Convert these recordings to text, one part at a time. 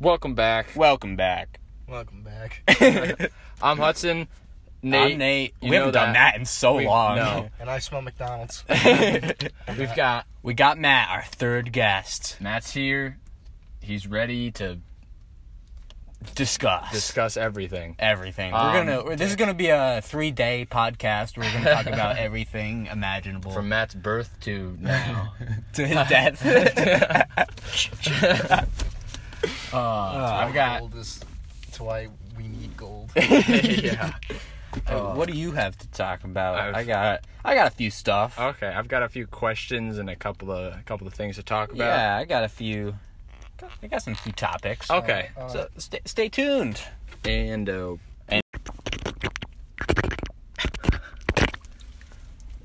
Welcome back. Welcome back. Welcome back. I'm Hudson. Nate, I'm Nate. you we know haven't done that. that in so We- long. no. and I smell McDonald's. Oh, We've got We got Matt, our third guest. Matt's here. He's ready to Discuss. discuss everything. Everything. Um, we're gonna. we're- This is gonna be a three-day podcast. We're gonna talk about everything imaginable From Matt's birth to now. to his death. Uh, I got- Gold is, that's why we need gold. yeah. Uh, what do you have to talk about? Oh. I've- I got. I got a few stuff. Okay, I've got a few questions and a couple of a couple of things to talk about. yeah, I got a few. I got some few topics. Okay. Uh, So stay, stay tuned. And uh, And-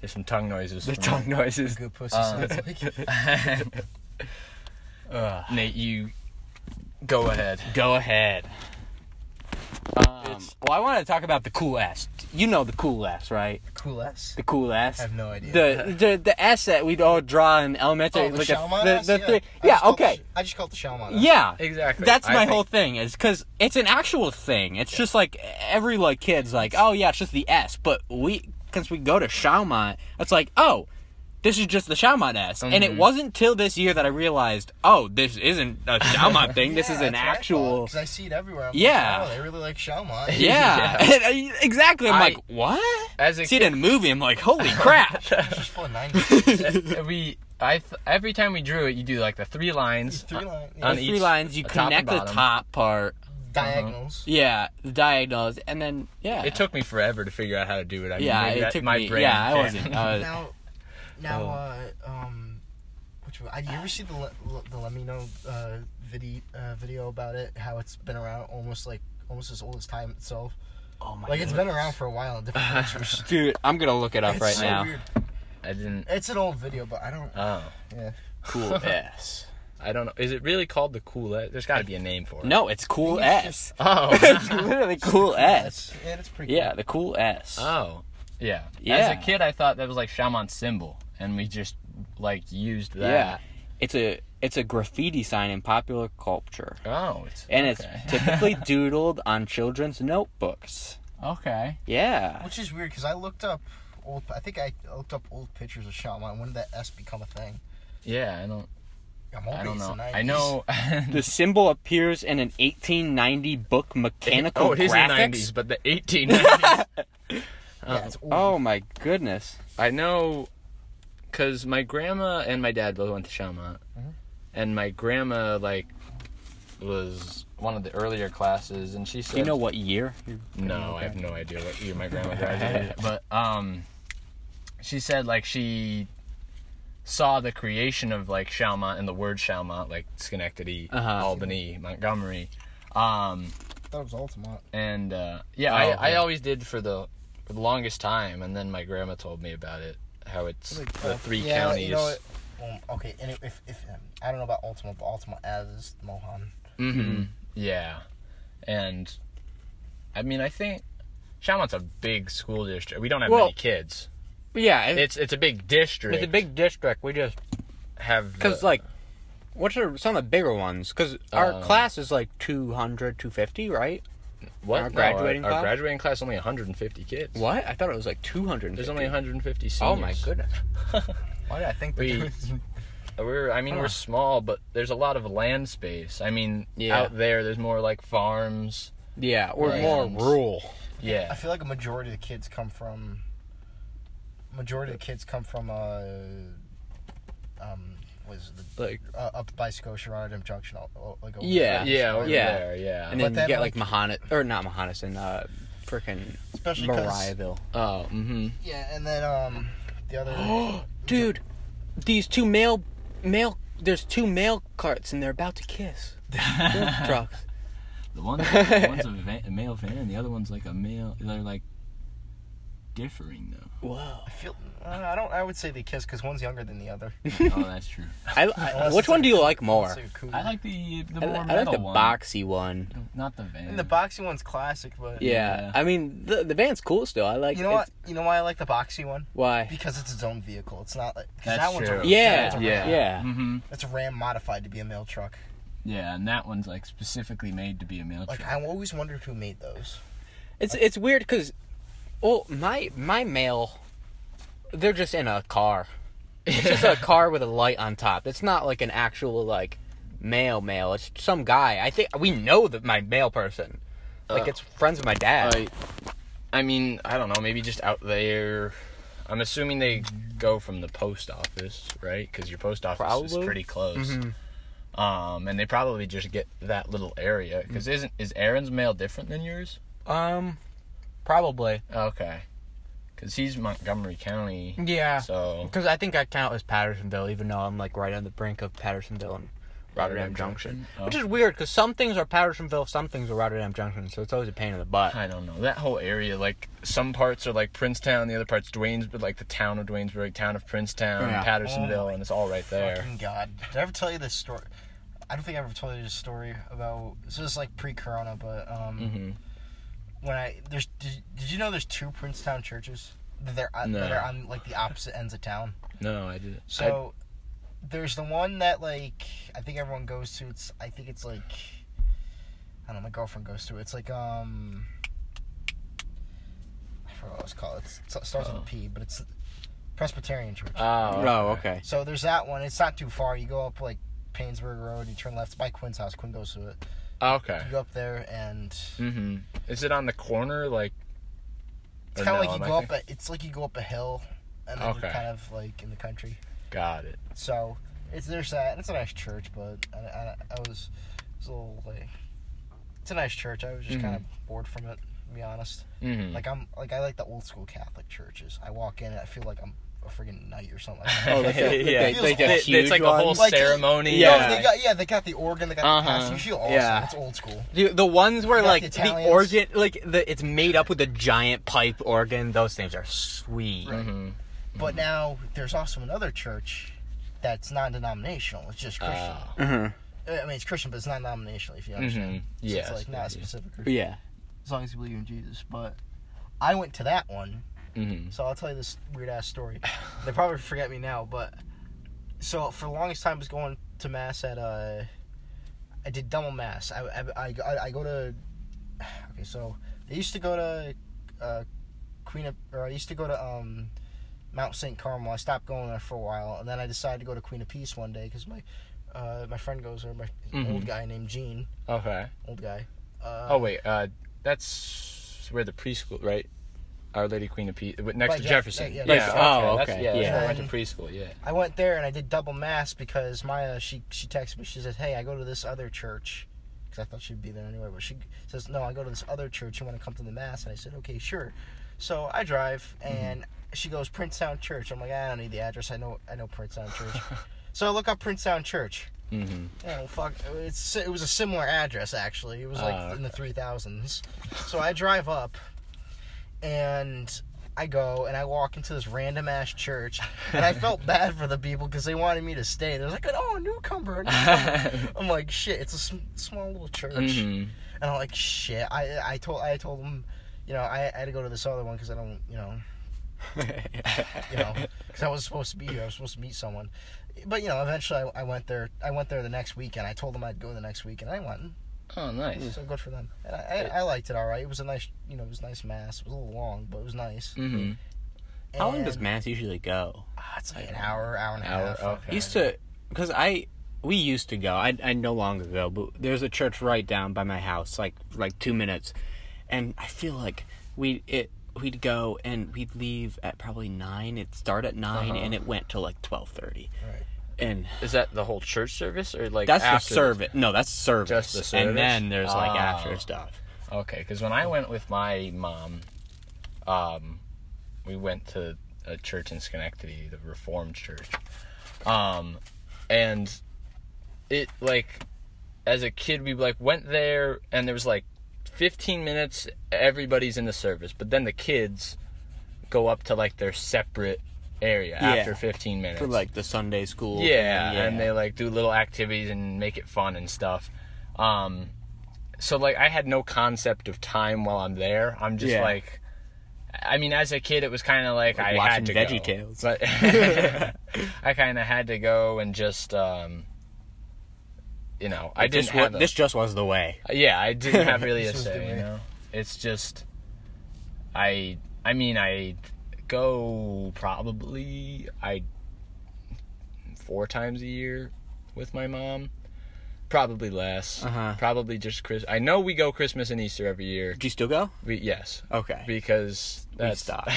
there's some tongue noises. The from- tongue noises. good pussy Uh, sounds like. Ugh. Nate, you go ahead. Go ahead. Um, well, I want to talk about the cool S. You know the cool S, right? Cool ass. The cool S. I have no idea. The, the the S that we'd all draw in elementary. oh, the like a- Shalman the, ass? the yeah. three- I Yeah. just call it okay. the- I just call it the Shalman ass. yeah. Exactly. That's I my think- whole thing is because it's an actual thing. It's just like every like kid's like, oh yeah, it's just the S. But we, since we go to Shalmont, it's like, oh, this is just the Shalmont S. And Mm-hmm. it wasn't till this year that I realized, oh, this isn't a Shalmont thing. this is an actual. Because I see it everywhere. I'm like, Yeah. "Oh, they really like Shalman. Yeah, uh, exactly. I'm I- like, what? As a See it in a movie. I'm like, holy crap. It's just full of 90s. kid, we I th- every time we drew it, you do like the three lines. Uh, Three line, yeah, On There's each- three lines. You a top and connect the bottom. top part. diagonals. Yeah, the diagonals, and then yeah, It took me forever to figure out how to do it. I mean, yeah, maybe it that- took my me. brain. yeah, I can't. wasn't. I was- Now, now, uh, um, which one? uh, You ever see the Le- Le- the Let Me Know uh, video uh, video about it? How it's been around almost like almost as old as time itself. oh my Like it's been around for a while in different cultures. Dude, I'm gonna look it up It's right so now. weird. I didn't. It's an old video, but I don't. Oh, Yeah. Cool S. I don't know. Is it really called the cool? S? There's got to be a name for it. No, it's cool I think S. Oh. It's literally cool S. It's, yeah, it's pretty. Yeah, the cool S. oh. Yeah. As Yeah. a kid, I thought that was like Shaman's symbol, and we just like used Yeah, that. it's a it's a graffiti sign in popular culture, Yeah. Oh. It's, and okay. it's typically doodled on children's notebooks. okay. Yeah. Cool. Which is weird because I looked up old. I think I looked up old pictures of Shyamalan. When did that S become a thing? Yeah. I don't. I'm I hoping don't it's know. the 90s. I know. The symbol appears in an 1890 book mechanical oh, it is the 90s, graphics. but the 1890s. Yeah, it's old. Oh my goodness. I know, cause my grandma and my dad both went to Shamont, Mm-hmm. and my grandma like was one of the earlier classes, and she said, Do you know what year? no, I have no idea what year my grandma graduated, but um, she said like she saw the creation of like Shalmont and the word Shalmont, like Schenectady, Uh-huh. Albany, Montgomery, um, I thought it was Altamont. and uh, yeah, Oh, I, I yeah. always did for the, for the longest time, and then my grandma told me about it, how it's Like, the uh, three yeah, counties. you know what? Um, okay, and if, if um, I don't know about Ultima, but Ultima as Mohan. Mm-hmm. hmm Yeah, and I mean, I think Shamont's a big school district. We don't have Well- many kids. Yeah, it- It's it's a big district. it's a big district. We just have uh, Because, the- like, what are some of the bigger ones? Because our Um, class is like 200, 250, right? what our No, graduating our, class? graduating class only 150 kids. What? I thought it was like 200. There's only 150 seniors. Oh, my goodness. Why did Oh, I think We- We're I mean Huh. we're small, but there's a lot of land space. I mean, Yeah. out there there's more like farms. Yeah, we're Right. more rural. I Yeah. feel like a majority of the kids come from. Majority of the kids come from uh, um, was the Like, uh, up by Scotia Rotterdam Junction, all- all- like over Yeah. there. Yeah. Over Yeah. There, yeah. and then But you that, get, like, Mahonest, or not Mahonest, uh, freaking especially because Mariahville. oh. Mm-hmm. yeah, and then um, the other Dude, these two male, male, there's two mail carts and they're about to kiss. Milk trucks. The one, the one's a, van, a male van, and the other one's like a male. They're like differing though. Whoa. I feel uh, I don't I would say they kiss because one's younger than the other. Oh, that's true. I, I, Unless which it's one like- do you like more? So cool. I like the the I, more li- I like metal the one, boxy one. not the van. and the boxy one's classic, but Yeah. Yeah. I mean the the van's cool still. I like You know it. what? You know why I like the boxy one? Why? Because it's its own vehicle. It's not like 'cause That's that one's true. a, that Yeah, one's a yeah, Ram. yeah. Mm-hmm. That's a Ram modified to be a mail truck. Yeah, and that one's like specifically made to be a meal Like trick. I always wondered who made those. It's it's weird because, well, my my mail, they're just in a car. It's just a car with a light on top. It's not like an actual like mail mail. It's some guy. I think we know that my mail person. Like Oh. it's friends with my dad. I, I mean, I don't know. Maybe just out there. I'm assuming they go from the post office, right? Because your post office is Probably. pretty close. Um, and they probably just get that little area. Because isn't is Aaron's mail different than yours? um, probably. Okay. Because he's Montgomery County. Yeah. So Because I think I count as Pattersonville, even though I'm like right on the brink of Pattersonville and Rotterdam Rotterdam Junction, Junction. which is weird because some things are Pattersonville, some things are Rotterdam Junction, so it's always a pain in the butt. I don't know. That whole area, like some parts are like Princetown, the other parts Dwaynesburg, like the town of Dwaynesburg, town of Princetown, Yeah. Pattersonville, and it's all right there. Oh, Fucking god! Did I ever tell you this story? I don't think I ever told you this story about. This is like pre-Corona, but um, hmm when I there's did, did you know there's two Princetown churches that they're on, that No. are on like the opposite ends of town. No, I didn't. So there's the one that like I think everyone goes to. It's I think it's like I don't know. My girlfriend goes to it. It's like um I forgot what it's called. It's, it starts Oh. with a P, but it's Presbyterian Church. I, oh, Oh, okay. So there's that one. It's not too far. You go up like Painesburg Road. You turn left It's by Quinn's house. Quinn goes to it. Okay. You go up there and Mm-hmm. Is it on the corner, like? it's or kind of no, am like you I go up. thinking- A, it's like you go up a hill, and then Okay. you're kind of like in the country. Got it. So it's there's that. and It's a nice church, but I, I, I was, it's a little like it's a nice church. I was just kind of bored from it. To be honest, Mm-hmm. like I'm like I like the old school Catholic churches. I walk in and I feel like I'm a friggin' knight or something. Like that. Oh, the- the- Yeah. the- the- It feels the awesome. huge it's like a whole ones. Like, ceremony. yeah. Oh, they got, yeah, they got the organ. They got the Uh-huh. pastor. You feel awesome. Yeah. It's old school. The, the ones where Got like the the, Italians. organ, like the it's made up with a giant pipe organ. Those things are sweet. Mhm. But now there's also another church that's non-denominational. It's just Christian. Oh. Mm-hmm. I mean, it's Christian, but it's not denominational. If you understand, Mhm. so Yes, it's like I not do. specific. Christian, Yeah. As long as you believe in Jesus, but I went to that one, Mhm. so I'll tell you this weird ass story. they probably forget me now, but so for the longest time, I was going to mass at uh, I did double mass. I I, I, I- I go to okay, so I used to go to uh, Queen of, or I used to go to um. Mount St. Carmel. I stopped going there for a while, and then I decided to go to Queen of Peace one day because my uh, my friend goes there, my Mhm. old guy named Gene, Okay. old guy. Uh, Oh wait, uh, that's where the preschool, right? Our Lady Queen of Peace, next By to Jeff- Jefferson. yeah, yeah. yeah. Oh, that's- okay. Yeah. Yeah. that's right to preschool. Yeah. I went there and I did double mass because Maya she she texted me. She says, "Hey, I go to this other church." Because I thought she'd be there anyway, but she says, "No, I go to this other church. You want to come to the mass?" And I said, "Okay, sure." So I drive, and she goes Princetown Church. I'm like, I don't need the address. I know I know Princetown Church. so I look up Princetown Church. Mm-hmm. Oh fuck! It's it was a similar address actually. It was like Ah, in the three thousands. So I drive up, and I go and I walk into this random ass church, and I felt bad for the people because they wanted me to stay. They're like, "Oh, newcomer." a newcomer." I'm like, "Shit!" It's a sm- small little church, Mm-hmm. and I'm like, "Shit!" I I told I told them, you know, I, I had to go to this other one because I don't, you know, you know, because I was supposed to be here. I was supposed to meet someone, but you know, eventually I, I went there. I went there the next weekend. I told them I'd go the next weekend. I went, Oh, nice. so good for them. And I, I, I liked it all right. It was a nice, you know, it was nice mass. It was a little long, but it was nice. Mm-hmm. How long does And- mass usually go? Ah, it's like an hour, hour and a Hour. half. Okay. Used to, because I we used to go. I I no longer go, but there's a church right down by my house, like like two minutes, and I feel like we it we'd go and we'd leave at probably nine. It'd start at 9 Uh-huh. and it went till like twelve thirty, Right. and Is that the whole church service or like that's after the service. No, that's service. Just the service? And then there's like Ah. after stuff. Okay, because when I went with my mom, um, we went to a church in Schenectady, the Reformed Church, um, and it like as a kid we like went there and there was like 15 minutes everybody's in the service, but then the kids go up to like their separate area Yeah. after 15 minutes. For like the Sunday school. thing, Yeah, and they like do little activities and make it fun and stuff. Um, so like I had no concept of time while I'm there. I'm just Yeah. like, I mean, as a kid, it was kind of like, I watching had to go. VeggieTales. but I kind of had to go and just. Um, you know, I didn't this, wa- have a- this just was the way. Yeah, I didn't have really a This was the say. You way. know, it's just, I, I mean, I go probably I four times a year with my mom, probably less. Uh-huh. Probably just Chris. I know we go Christmas and Easter every year. Do you still go? We, yes, Okay. because that's stopped.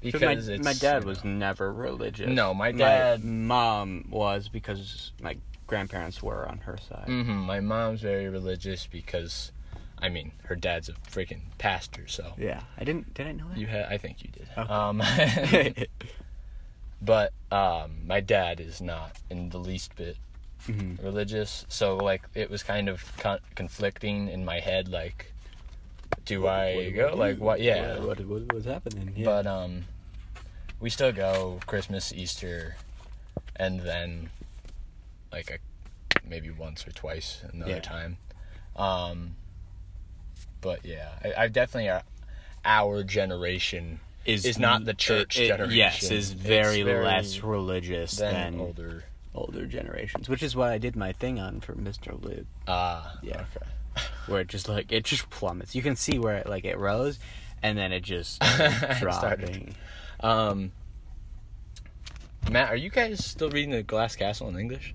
because my, it's my dad was never religious. No, my dad- My mom was because my grandparents were on her side. hmm my mom's very religious because, I mean, her dad's a freaking pastor, so. Yeah, I didn't. Did I know that? You had, I think you did. Okay. Um, but um, my dad is not in the least bit Mm-hmm. religious, so like it was kind of con- conflicting in my head. Like, do I go? like, what? Yeah. What, what, was happening? Yeah. But um, we still go Christmas, Easter, and then like a, maybe once or twice another Yeah. time. Um, but yeah, I, I definitely our, our generation is, not the church it- it- generation. Yes, It's is very, less religious than than, older. older generations, which is what I did my thing on for Mr. Luke. Ah, Yeah. okay. where it just like it just plummets. You can see where it like it rose, and then it just started Started. dropping. Um, Matt, are you guys still reading The Glass Castle in English?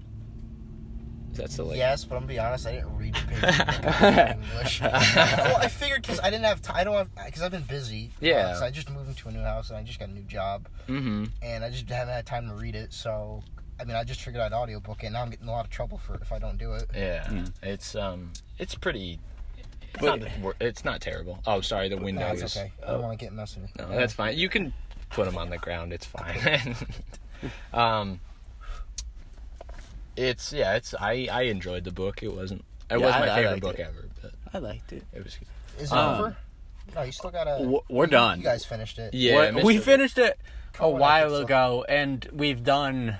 Is that still like Yes, but I'm gonna be honest. I didn't read the paper in English. well, I figured because I didn't have time. I don't have because I've been busy. uh, Yeah. so I just moved into a new house and I just got a new job Mm-hmm. and I just haven't had time to read it. So I mean, I just figured I'd audiobook it. Now I'm getting in a lot of trouble for it if I don't do it. Yeah, it's um, it's pretty. It's, But- not, the wor- it's not terrible. Oh, sorry, the window No, is. it's okay. I don't want to get messy. No, that's fine. You can put them on the ground. It's fine. um, it's yeah. It's I I enjoyed the book. It wasn't. It Yeah, was I- my I favorite liked book it. ever, but I liked it. it was. good. Is it Um, over? No, you still gotta. w- we're you- done. You guys finished it. Yeah, We're- Mr. we finished it a on, I while think so. ago, and we've done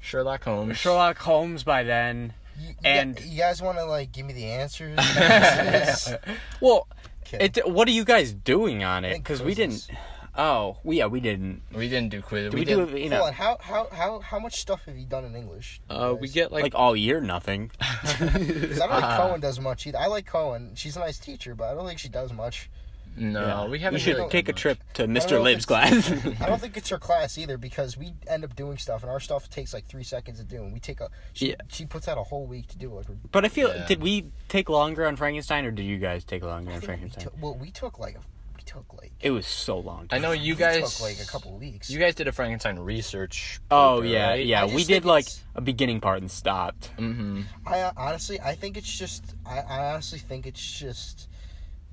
Sherlock Holmes. Sherlock Holmes by then. You, And- and you guys want to like give me the answers? Because Well, Okay. it, what are you guys doing on it? think Because we quizzes. didn't. Oh, we- yeah, we didn't. We didn't do quiz. Did we, we, did. do you Hold know on, how how how how much stuff have you done in English? uh, we get like, like all year nothing? 'Cause I don't think Cohen does much either. I like Cohen; she's a nice teacher, but I don't think she does much. no. We You haven't. should really take a done trip to know Mr. if Lib's it's- class. I don't think it's her class either because we end up doing stuff, and our stuff takes like three seconds to do, and we take a she Yeah. she puts out a whole week to do. Like, we're- but I feel Yeah. did we take longer on Frankenstein or did you guys take longer on I think we Frankenstein? took, well, we took like we took like It was so long. I know you we guys took like a couple weeks. You guys did a Frankenstein research. Oh paper, yeah, right? yeah. mm-hmm. I We just did think like it's- a beginning part and stopped. I uh, honestly, I think it's just, I, I honestly think it's just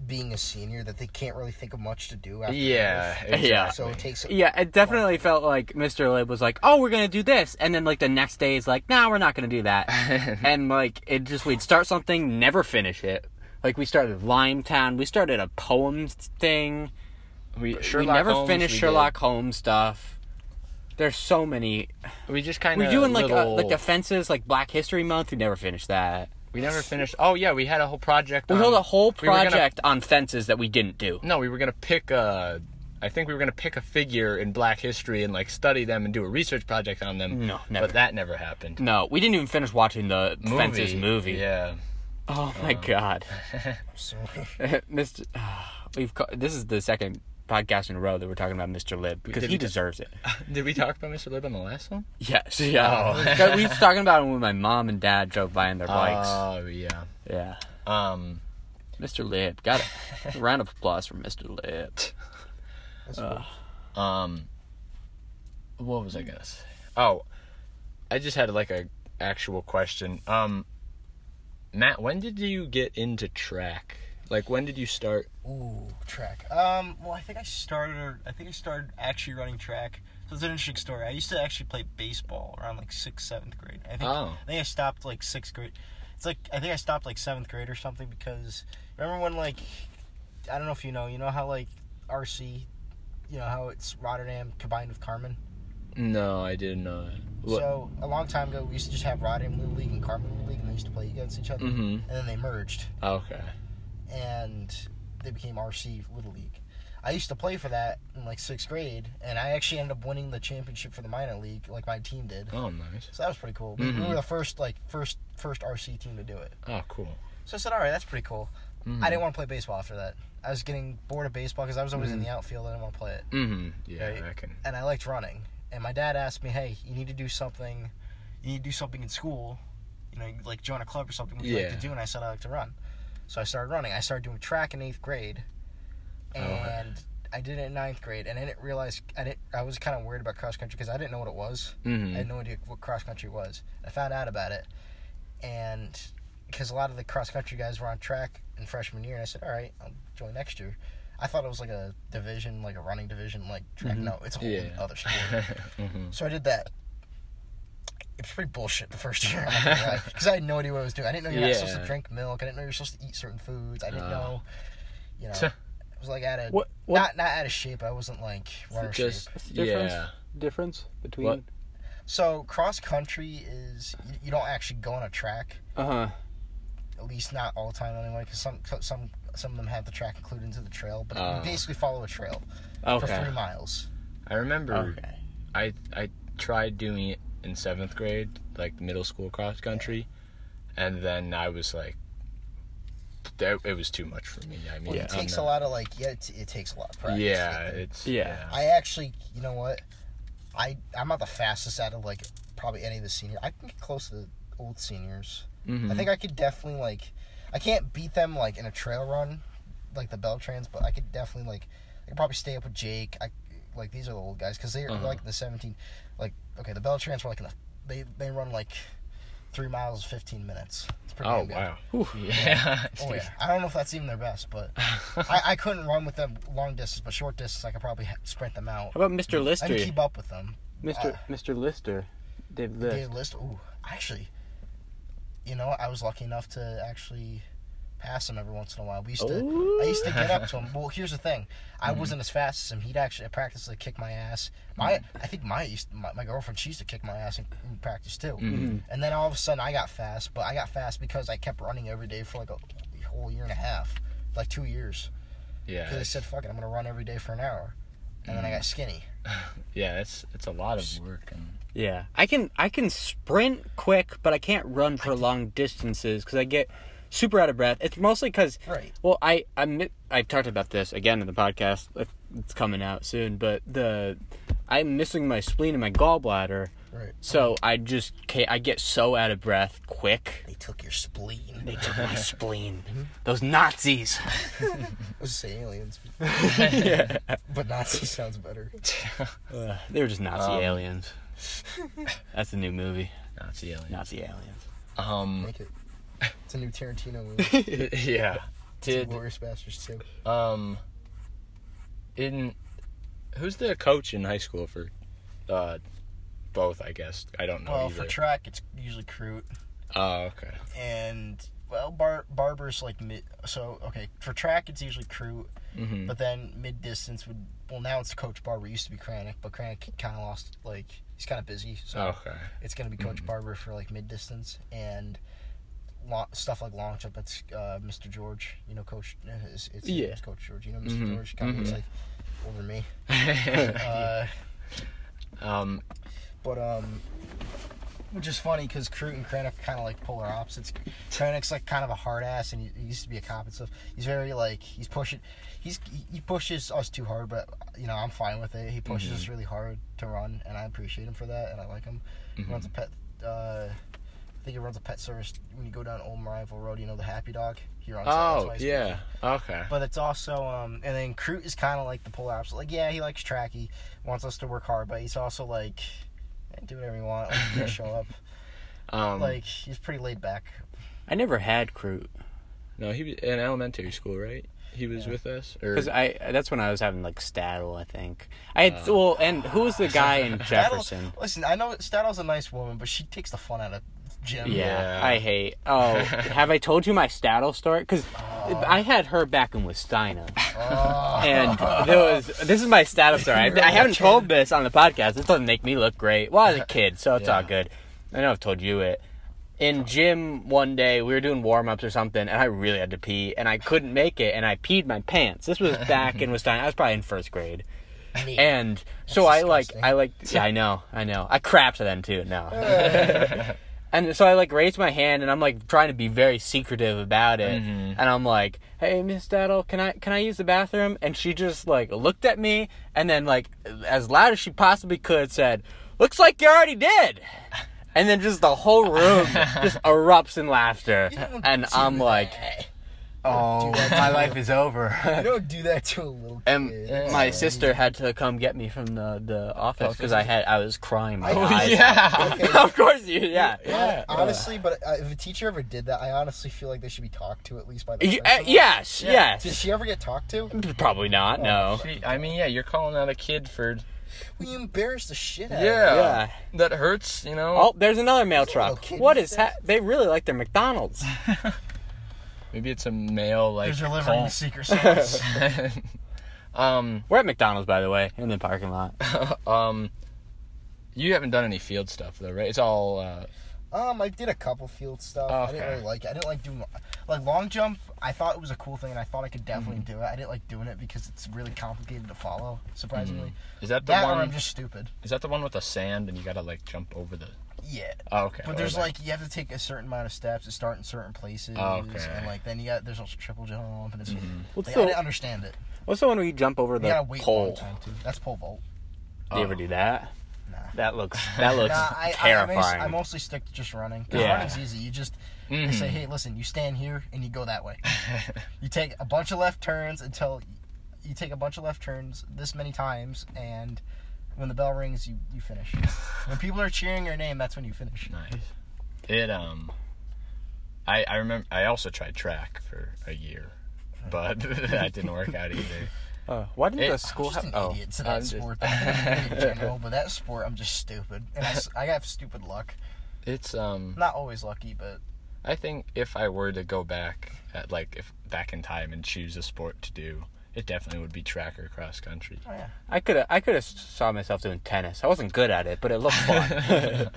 being a senior that they can't really think of much to do. After Yeah, English. Yeah. So it takes. Yeah, it definitely felt like Mr. Lib was like, "Oh, we're gonna do this," and then like the next day is like, "Nah, we're not gonna do that," and like it just we'd start something, never finish it. Like we started Limetown, we started a poems thing. We, we never Holmes, finished we did. Sherlock Holmes stuff. There's so many. We just kind of We're doing like a, like offenses, like Black History Month. We never finished that. We never finished. Oh yeah, we had a whole project. We on, held a whole Um, we were gonna- project on fences that we didn't do. no, we were gonna pick a. I think we were gonna pick a figure in Black history and like study them and do a research project on them. No, never. But that never happened. No, we didn't even finish watching the Fences movie. Yeah. Um, Oh my god, So, Mr. we've ca- this is the second podcast in a row that we're talking about Mr. Lib because did he we ta- deserves it. Did we talk about Mr. Lib on the last one? Yes, yeah. we were talking about him when my mom and dad drove by in their bikes. Oh yeah. yeah, Um. Mr. Lib got a round of applause for Mr. Lib. that's cool. Um. What was I gonna say? Oh, I just had like a actual question. Um, Matt, when did you get into track? Like, when did you start? Ooh, track. Um, well, I think I started. I think I started actually running track. So it's an interesting story. I used to actually play baseball around like sixth, seventh grade. I think. Oh. I think I stopped like sixth grade. It's like I think I stopped like seventh grade or something because remember when like I don't know if you know. You know how like RC, you know how it's Rotterdam combined with Carmen. No, I didn't know. That. What? So a long time ago, we used to just have Rotterdam Little League and Carmen Little League, and they used to play against each other. Mhm. And then they merged, okay. and they became RC Little League. I used to play for that in like sixth grade, and I actually ended up winning the championship for the minor league, like my team did. Oh, nice. So that was pretty cool. We- We were the first like first first RC team to do it. Oh, cool. Mm-hmm. So I said, all right, that's pretty cool. I didn't want to play baseball after that. I was getting bored of baseball because I was always in the outfield. I didn't want to play it, Mm-hmm. Yeah, Right. I can. and I liked running. And my dad asked me, hey, you need to do something. You need to do something in school. You know, like join a club or something. What do you like Yeah. to do? And I said I like to run. So I started running. I started doing track in eighth grade, and I did it in ninth grade. And I didn't realize I didn't. I was kind of worried about cross country because I didn't know what it was. I Mm-hmm. had no idea what cross country was. I found out about it, and because a lot of the cross country guys were on track in freshman year, and I said, "All right, I'll join next year." I thought it was like a division, like a running division, like track. No, it's a whole Mm-hmm. Yeah. other sport. Mm-hmm. so I did that. It was pretty bullshit the first year, because I had no idea what I was doing. I didn't know you're not supposed to Yeah. drink milk. I didn't know you're supposed to eat certain foods. I didn't Ah. know, you know. I was like out of What- what- not not out of shape. I wasn't like runner shape. Just What's the difference? yeah. Difference between. What? So cross country is you- you don't actually go on a track, Uh huh. at least not all the time anyway, because some so- some some of them have the track included into the trail, but Oh. you basically follow a trail for Okay. three miles. I remember. Okay. I I tried doing it in seventh grade, like middle school cross country, and then I was like, that, it was too much for me. I mean, Well, I'm it takes not- a lot of like yeah, it, it takes a lot of practice. Yeah, it's Yeah. I actually, you know what, I I'm not the fastest out of like probably any of the seniors. I can get close to the old seniors. Mm-hmm. I think I could definitely like, I can't beat them like in a trail run, like the Beltrans, but I could definitely like, I could probably stay up with Jake. I like these are the old guys because they're Uh-huh. like in the 17, like okay, the Beltrans were like in the, they they run like three miles, 15 minutes. It's pretty Oh damn wow. good. Yeah. Oh yeah, I don't know if that's even their best, but I, I couldn't run with them long distance, but short distance I could probably ha- sprint them out. How about Mr. I Lister? can keep up with them. Mr. uh, Mr. Lister. David List. David List. Ooh, actually, you know, I was lucky enough to actually pass him every once in a while. We used to, I used to get up to him. Well, here's the thing, I wasn't as fast as him. He'd actually practice to kick my ass. My, I think my used, my, my girlfriend she used to kick my ass in, in practice too. Mm. Mm-hmm. And then all of a sudden I got fast, but I got fast because I kept running every day for like a whole year and a half, like two years. Because Yeah. I said, "Fuck it, I'm gonna run every day for an hour," and then I got skinny. Yeah. It's it's a lot of work. And, Yeah, I can I can sprint quick, but I can't run for long distances because I get super out of breath. It's mostly because Right. Well, I I mi- I've talked about this again in the podcast. It- It's coming out soon, but the I'm missing my spleen and my gallbladder, Right. so I just ca I get so out of breath quick. They took your spleen. They took my spleen. Those Nazis. I was gonna say aliens. But Nazi sounds better. Ugh, they were just Nazi aliens. That's a new movie. Nazi alien. Nazi aliens. Um. Make it. It's a new Tarantino movie. Yeah. Did Glorious Bastards too. um. In who's the coach in high school for, uh, both? I guess I don't know Well, either. for track, it's usually Crute oh okay. and well, Bar- Barber's like mid. So okay, for track, it's usually Crute, Mm-hmm. but then mid distance would. Well, now it's Coach Barber. It used to be Kranick, but Kranick kind of lost. Like he's kind of busy, so Okay. it's gonna be Coach Barber for like mid distance and. Long, stuff like long jump, it's uh, Mr. George. You know, Coach. uh, It's, it's, Yeah. it's Coach George. You know, mister Mhm. George kind of Mhm. looks like over me. Uh, um, But um, which is funny because Crute and Krennic kind of like polar opposites. Krennic's like kind of a hard ass, and he, he used to be a cop and stuff. He's very like he's pushing, he's he- he pushes us too hard, but you know I'm fine with it. He pushes Mm-hmm. us really hard to run, and I appreciate him for that, and I like him. Mm-hmm. He runs a pet. Uh, I think he runs a pet service when you go down Old Rival Road. You know the Happy Dog. He runs. that, that's oh why he's- yeah. Okay. but it's also um and then Crute is kind of like the polar opposite. Like yeah, he likes track. He wants us to work hard, but he's also like eh, do whatever you want. Like, you can show up. Mm-hmm. Um, Like he's pretty laid back. I never had Crute. no, he was in elementary school, right? He was with us, or Because I that's when I was having like Staddle, I think. I had well, and who was the guy in Jefferson? Staddle- listen, I know Staddle's a nice woman, but she takes the fun out of Jim. Yeah, Yeah. I hate. Oh, have I told you my Staddle story? Because I had her back in Westina, and there was this is my Staddle story. I, I haven't told this on the podcast. This doesn't make me look great. Well, I was a kid, so it's all Yeah. good. I know I've told you it. in gym one day we were doing warm ups or something, and I really had to pee, and I couldn't make it, and I peed my pants. This was back in Wisconsin. I was probably in first grade. And so I like disgusting. I like yeah I know I know I crapped then too no, and so I like raised my hand and I'm like trying to be very secretive about it and I'm like hey Miss Dettle can I can I use the bathroom and she just like looked at me and then like as loud as she possibly could said looks like you already did and then just the whole room just erupts in laughter don't and do I'm like that. oh do that. my life is You over don't do that to a little kid. and my sister had to come get me from the, the office because I had I was crying my Oh, eyes. yeah. Okay. out. of course you yeah. Yeah. Honestly, but uh, if a teacher ever did that, I honestly feel like they should be talked to at least by the You- uh, principal. yes, Did yes. she ever get talked to? Probably not. Oh, No. See, I mean, yeah, you're calling out a kid for We embarrassed the shit out yeah, of her. Yeah. that hurts. You know, Oh, there's another mail little truck. kid What who's is ha- they really like their McDonald's? maybe it's a male like. They're delivering the cult. secret sauce. um, We're at McDonald's by the way in the parking lot. um, you haven't done any field stuff though, right? It's all. Uh, um, I did a couple field stuff. I didn't Okay. really like it. I didn't like doing like long jump. I thought it was a cool thing, and I thought I could definitely Mm-hmm. do it. I didn't like doing it because it's really complicated to follow. Surprisingly, is that Mm-hmm. the that or one? I'm just stupid. Is that the one with the sand and you gotta like jump over the? Yeah. Oh, okay. But or there's the- like you have to take a certain amount of steps to start in certain places, Oh, okay. Mm-hmm. and like then you got there's also triple jump, and it's What's like, I the- didn't understand it. What's the one where you jump over You gotta the wait a long pole? time too. That's pole vault. Do you ever do that? Nah. That looks that looks Nah, I, terrifying. I, I, mostly, I mostly stick to just running. 'Cause Yeah. running's easy. You just they say, Mm-hmm. hey, listen, you stand here and you go that way. you take a bunch of left turns until you take a bunch of left turns this many times, and when the bell rings, you you finish. when people are cheering your name, that's when you finish. Nice. It um I I remember I also tried track for a year, but that didn't work out either. Uh, why didn't It- the school Just have? an Oh, idiot to I'm that just- sport that in general, but that sport I'm just stupid, and I, s- I have stupid luck. It's um Not always lucky, but I think if I were to go back at like if back in time and choose a sport to do, it definitely would be track or cross country. oh yeah. I could have I could have saw myself doing tennis. I wasn't good at it, but it looked fun. Yeah.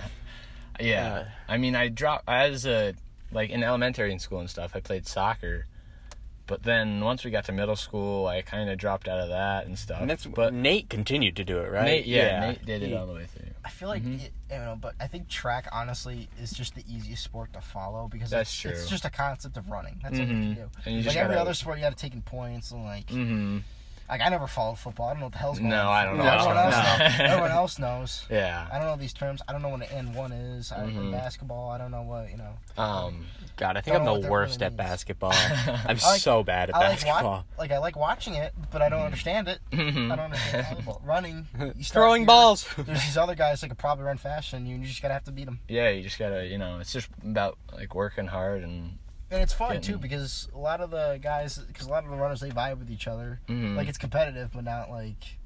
Yeah. I mean, I dropped as a like in elementary and school and stuff. I played soccer, but then once we got to middle school, I kind of dropped out of that and stuff. and that's but but Nate continued to do it, right? Nate, yeah, Nate did it He- all the way through. I feel like Mm-hmm. it, I don't know, but I think track honestly is just the easiest sport to follow because That's it's, true. it's just a concept of running. That's all you Mhm. have to do. And you like just every gotta- other sport, you got to take in points and like Mm-hmm. like I never followed football. I don't know what the hell's going on. No, I don't know. No, what's Everyone going else, on. knows. Everyone else knows. Yeah. I don't know these terms. I don't know what an N one is. I don't know Mhm. basketball. I don't know what you know. Um, God, I think Don't I'm know what the that worst really at means. basketball. I'm I like- so bad at I like basketball. wa- like I like watching it, but Mm-hmm. I don't understand it. I don't understand volleyball. running. You start Throwing here, balls. There's these other guys that could probably run faster than you, and you just gotta have to beat them. yeah, you just gotta, you know, it's just about like working hard and And it's fun Getting- too because a lot of the guys, because a lot of the runners, they vibe with each other. Mhm. Mm-hmm. Like it's competitive, but not like.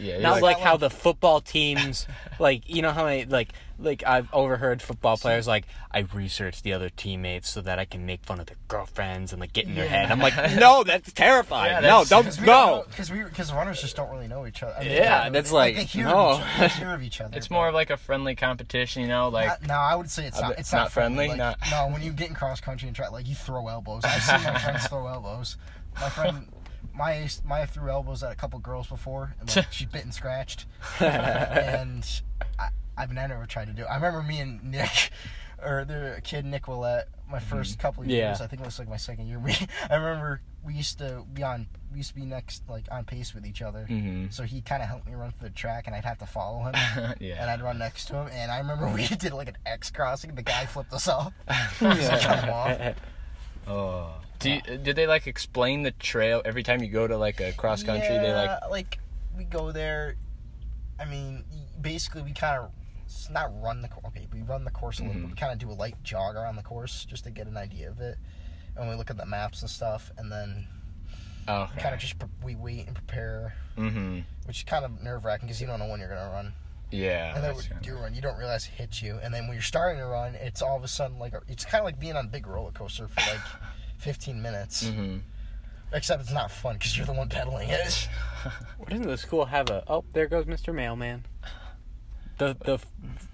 yeah, you're Not like, like, I how like- the football teams, like you know how many like like I've overheard football players like I researched the other teammates so that I can make fun of their girlfriends and like get in their head. I'm like, no, that's terrifying. Yeah, no, that's- don't go. Because we because runners just don't really know each other. I mean, they Yeah, don't really- that's they like, hear no. Of each, they hear of each other. it's more of like a friendly competition, you know, like Not- no, I would say it's A not. bit- It's not, not friendly, Like, No, when you get in cross country and try, like you throw elbows. I've seen my friends throw elbows. My friend, my Maya threw elbows at a couple girls before, and like, she bit and scratched. and I, I've never tried to do. it. I remember me and Nick, or the kid Nick Willette, my Mm-hmm. 1st couple Yeah. years. I think it was like my second year. We, I remember we used to be on. We used to be next, like on pace with each other. Mhm. So he kind of helped me run through the track, and I'd have to follow him and yeah, I'd run next to him. And I remember we did like an X crossing. The guy flipped us off. He was like, "Come on." oh. Do you, did they like explain the trail every time you go to like a cross country? They like Yeah, like we go there. I mean, basically we kind of it's not run the course. Okay, we run the course a little Mm-hmm. bit. We kind of do a light jog around the course just to get an idea of it. And we look at the maps and stuff, and then oh, kind of just pre- we wait and prepare, mm-hmm, which is kind of nerve wracking because you don't know when you're gonna run. yeah, and then that's when kinda- you do run, you don't realize it hits you. And then when you're starting to run, it's all of a sudden like a, it's kind of like being on a big roller coaster for like 15 minutes. Mm. Mhm. Except it's not fun because you're the one pedaling it. Doesn't the school have a? Oh, there goes Mr. Mailman. The the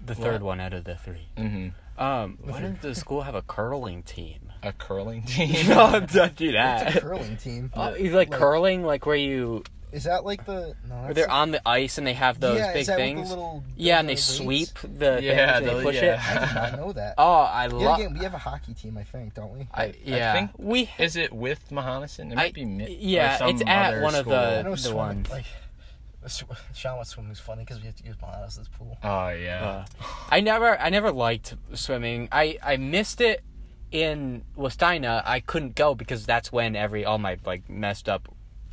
the third one out of the three. Mhm. Um, why didn't the school have a curling team? A curling team. no, don't do It's a that. curling team. Uh, you like, curling, like where you Is that like the? No, where that's they're on the ice and they have those yeah, big is that with things. The little, yeah, and they those little sweep weights? the Yeah, thing and the- they push yeah. it. I did not know that. Oh, I yeah, love. again, we have a hockey team, I think, don't we? I, yeah, think- we. Is it with Mahonison? It might be. Mi- or yeah, it's some at other one of the- I know the swimming. one. Like, sw- Sean was swimming was funny because we have to use Monaz's pool. Oh yeah. Uh, I never, I never liked swimming. I, I missed it in Westina. I couldn't go because that's when every all my like messed up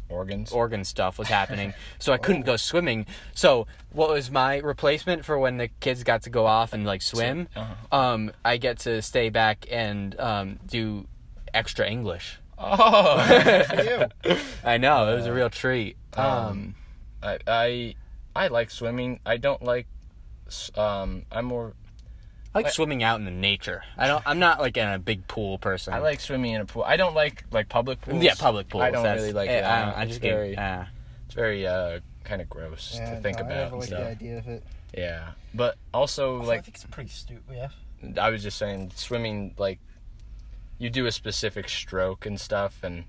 Organs. organ stuff was happening. so I couldn't go swimming. So what was my replacement for when the kids got to go off and like swim? Uh-huh. Um, I get to stay back and um, do extra English. oh. Ew. I know it was a real treat. Um, I, I I like swimming. I don't like. s- Um, I'm more. I like swimming out in the nature. I don't. I'm not like in a big pool person. I like swimming in a pool. I don't like like public pools. yeah public pools. I don't That's- really like eh, that. I, don't- I It's just get. very, Uh, it's very uh kind of gross Yeah, to think no, I about never and liked the stuff. idea of it. Yeah, but also Also, I like think it's pretty stupid. Yeah. I was just saying, swimming like you do a specific stroke and stuff, and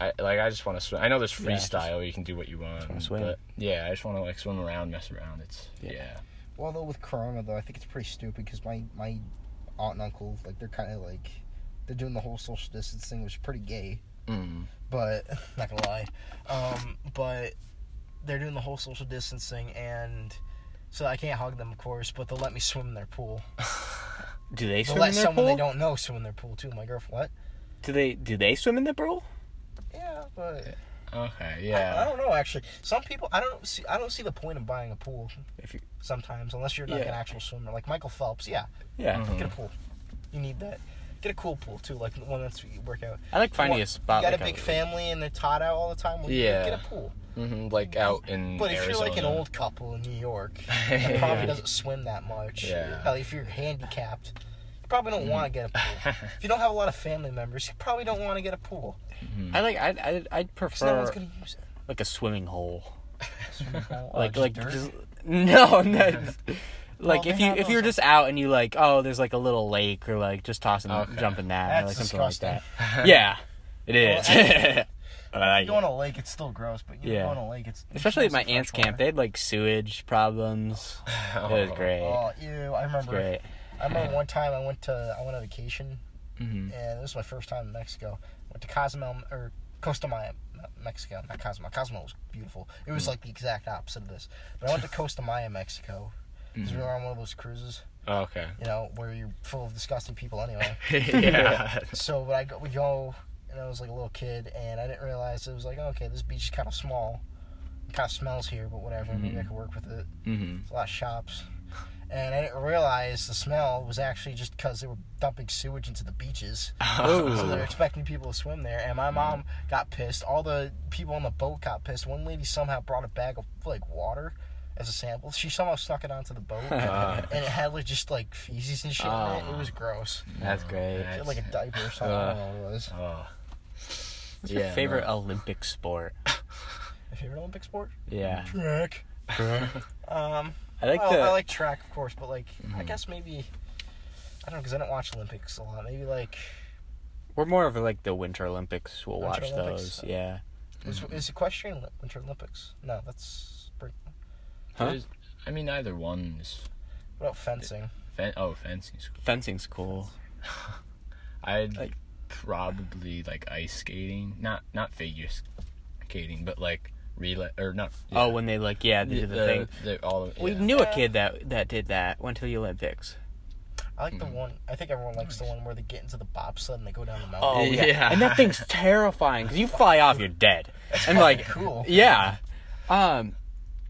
I like I just want to swim. I know there's Yeah, just- freestyle; you can do what you want. wanna swim. But yeah, I just want to like swim around, mess around. It's yeah, Yeah. Well, though with Corona, though, I think it's pretty stupid because my my aunt and uncle like they're kind of like they're doing the whole social distancing, which is pretty gay. Mm. But not gonna lie, um, but they're doing the whole social distancing, and so I can't hug them, of course. But they'll let me swim in their pool. do they They'll swim let in their someone pool? they don't know swim in their pool too. My girlfriend, what? do they? Do they swim in the pool? Yeah, but Okay, I, I yeah. don't know. Actually, some people I don't see. I don't see the point of buying a pool. If you- sometimes, unless you're like Yeah. an actual swimmer, like Michael Phelps, yeah, Yeah. get a pool. You need that. Get a cool pool too, like the one that's you work out. I like finding Well, a spot. You got like a big family and they're taught out all the time. Well, Yeah. yeah, get a pool. hmm like out in Mm-hmm. But if Arizona. you're like an old couple in New York, that probably doesn't swim that much. Yeah. Hell, if you're handicapped, you probably don't want to get a pool. Mm-hmm. if you don't have a lot of family members, you probably don't want to get a pool Mm. I like. I. I. I'd because prefer no one's gonna use it. like a swimming hole. Oh, like just like dirt? just no no like they if you have if those you're up- just out and you like oh there's like a little lake or like just tossing Okay. jumping that or like That's something like disgusting. that yeah it is Well, But I like you go on it. a lake, it's still gross, but you Yeah. go on a lake, it's especially at it's my fresh aunt's camp water. they had like sewage problems it was great Oh, ew! I It's remember. great I remember one time I went to I went on vacation, Mhm. and this was my first time in Mexico. Went to Cozumel or Costa Maya, not Mexico, not Cozumel. Cozumel was beautiful. It was like the exact opposite of this. But I went to Costa Maya, Mexico, because Mm-hmm. we were on one of those cruises, Oh, Okay. you know, where you're full of disgusting people anyway. yeah. so when I go, we go, and I was like a little kid, and I didn't realize it was like okay, this beach is kind of small, it kind of smells here, but whatever. Maybe I could work with it hmm a lot of shops. And I didn't realize the smell was actually just because they were dumping sewage into the beaches. So they're Ooh. Mm. expecting people to swim there. And my mom got pissed. All the people on the boat got pissed. One lady somehow brought a bag of like water as a sample. She somehow snuck it onto the boat, Ah. and it had like just like feces and shit in it. It was gross. Ah. that's great She Yeah. had, like a diaper or something. I don't know what it was. Oh. what's your Yeah, favorite no. Olympic sport My favorite Olympic sport? yeah Track. um, I like well, the Mm-hmm. I like track, of course, but like I guess maybe I don't know because I don't watch Olympics a lot. Maybe like we're more of like the Winter Olympics we'll Winter watch Olympics. those yeah is, is equestrian Oli- Winter Olympics? No, that's spring. Huh? There's- I mean, either one is. What about fencing? Fen- oh, fencing school. fencing's cool I'd Like- probably like ice skating, not not figure skating, but like relay or not. oh when they like yeah they do the thing the- all of, We yeah. knew a kid that that did that. Went to the Olympics. I like Mm. the one. I think everyone likes the one where they get into the bobsled and they go down the Oh mountain. yeah, Yeah. and that thing's terrifying because you fly off, you're dead. And like, cool. yeah, um,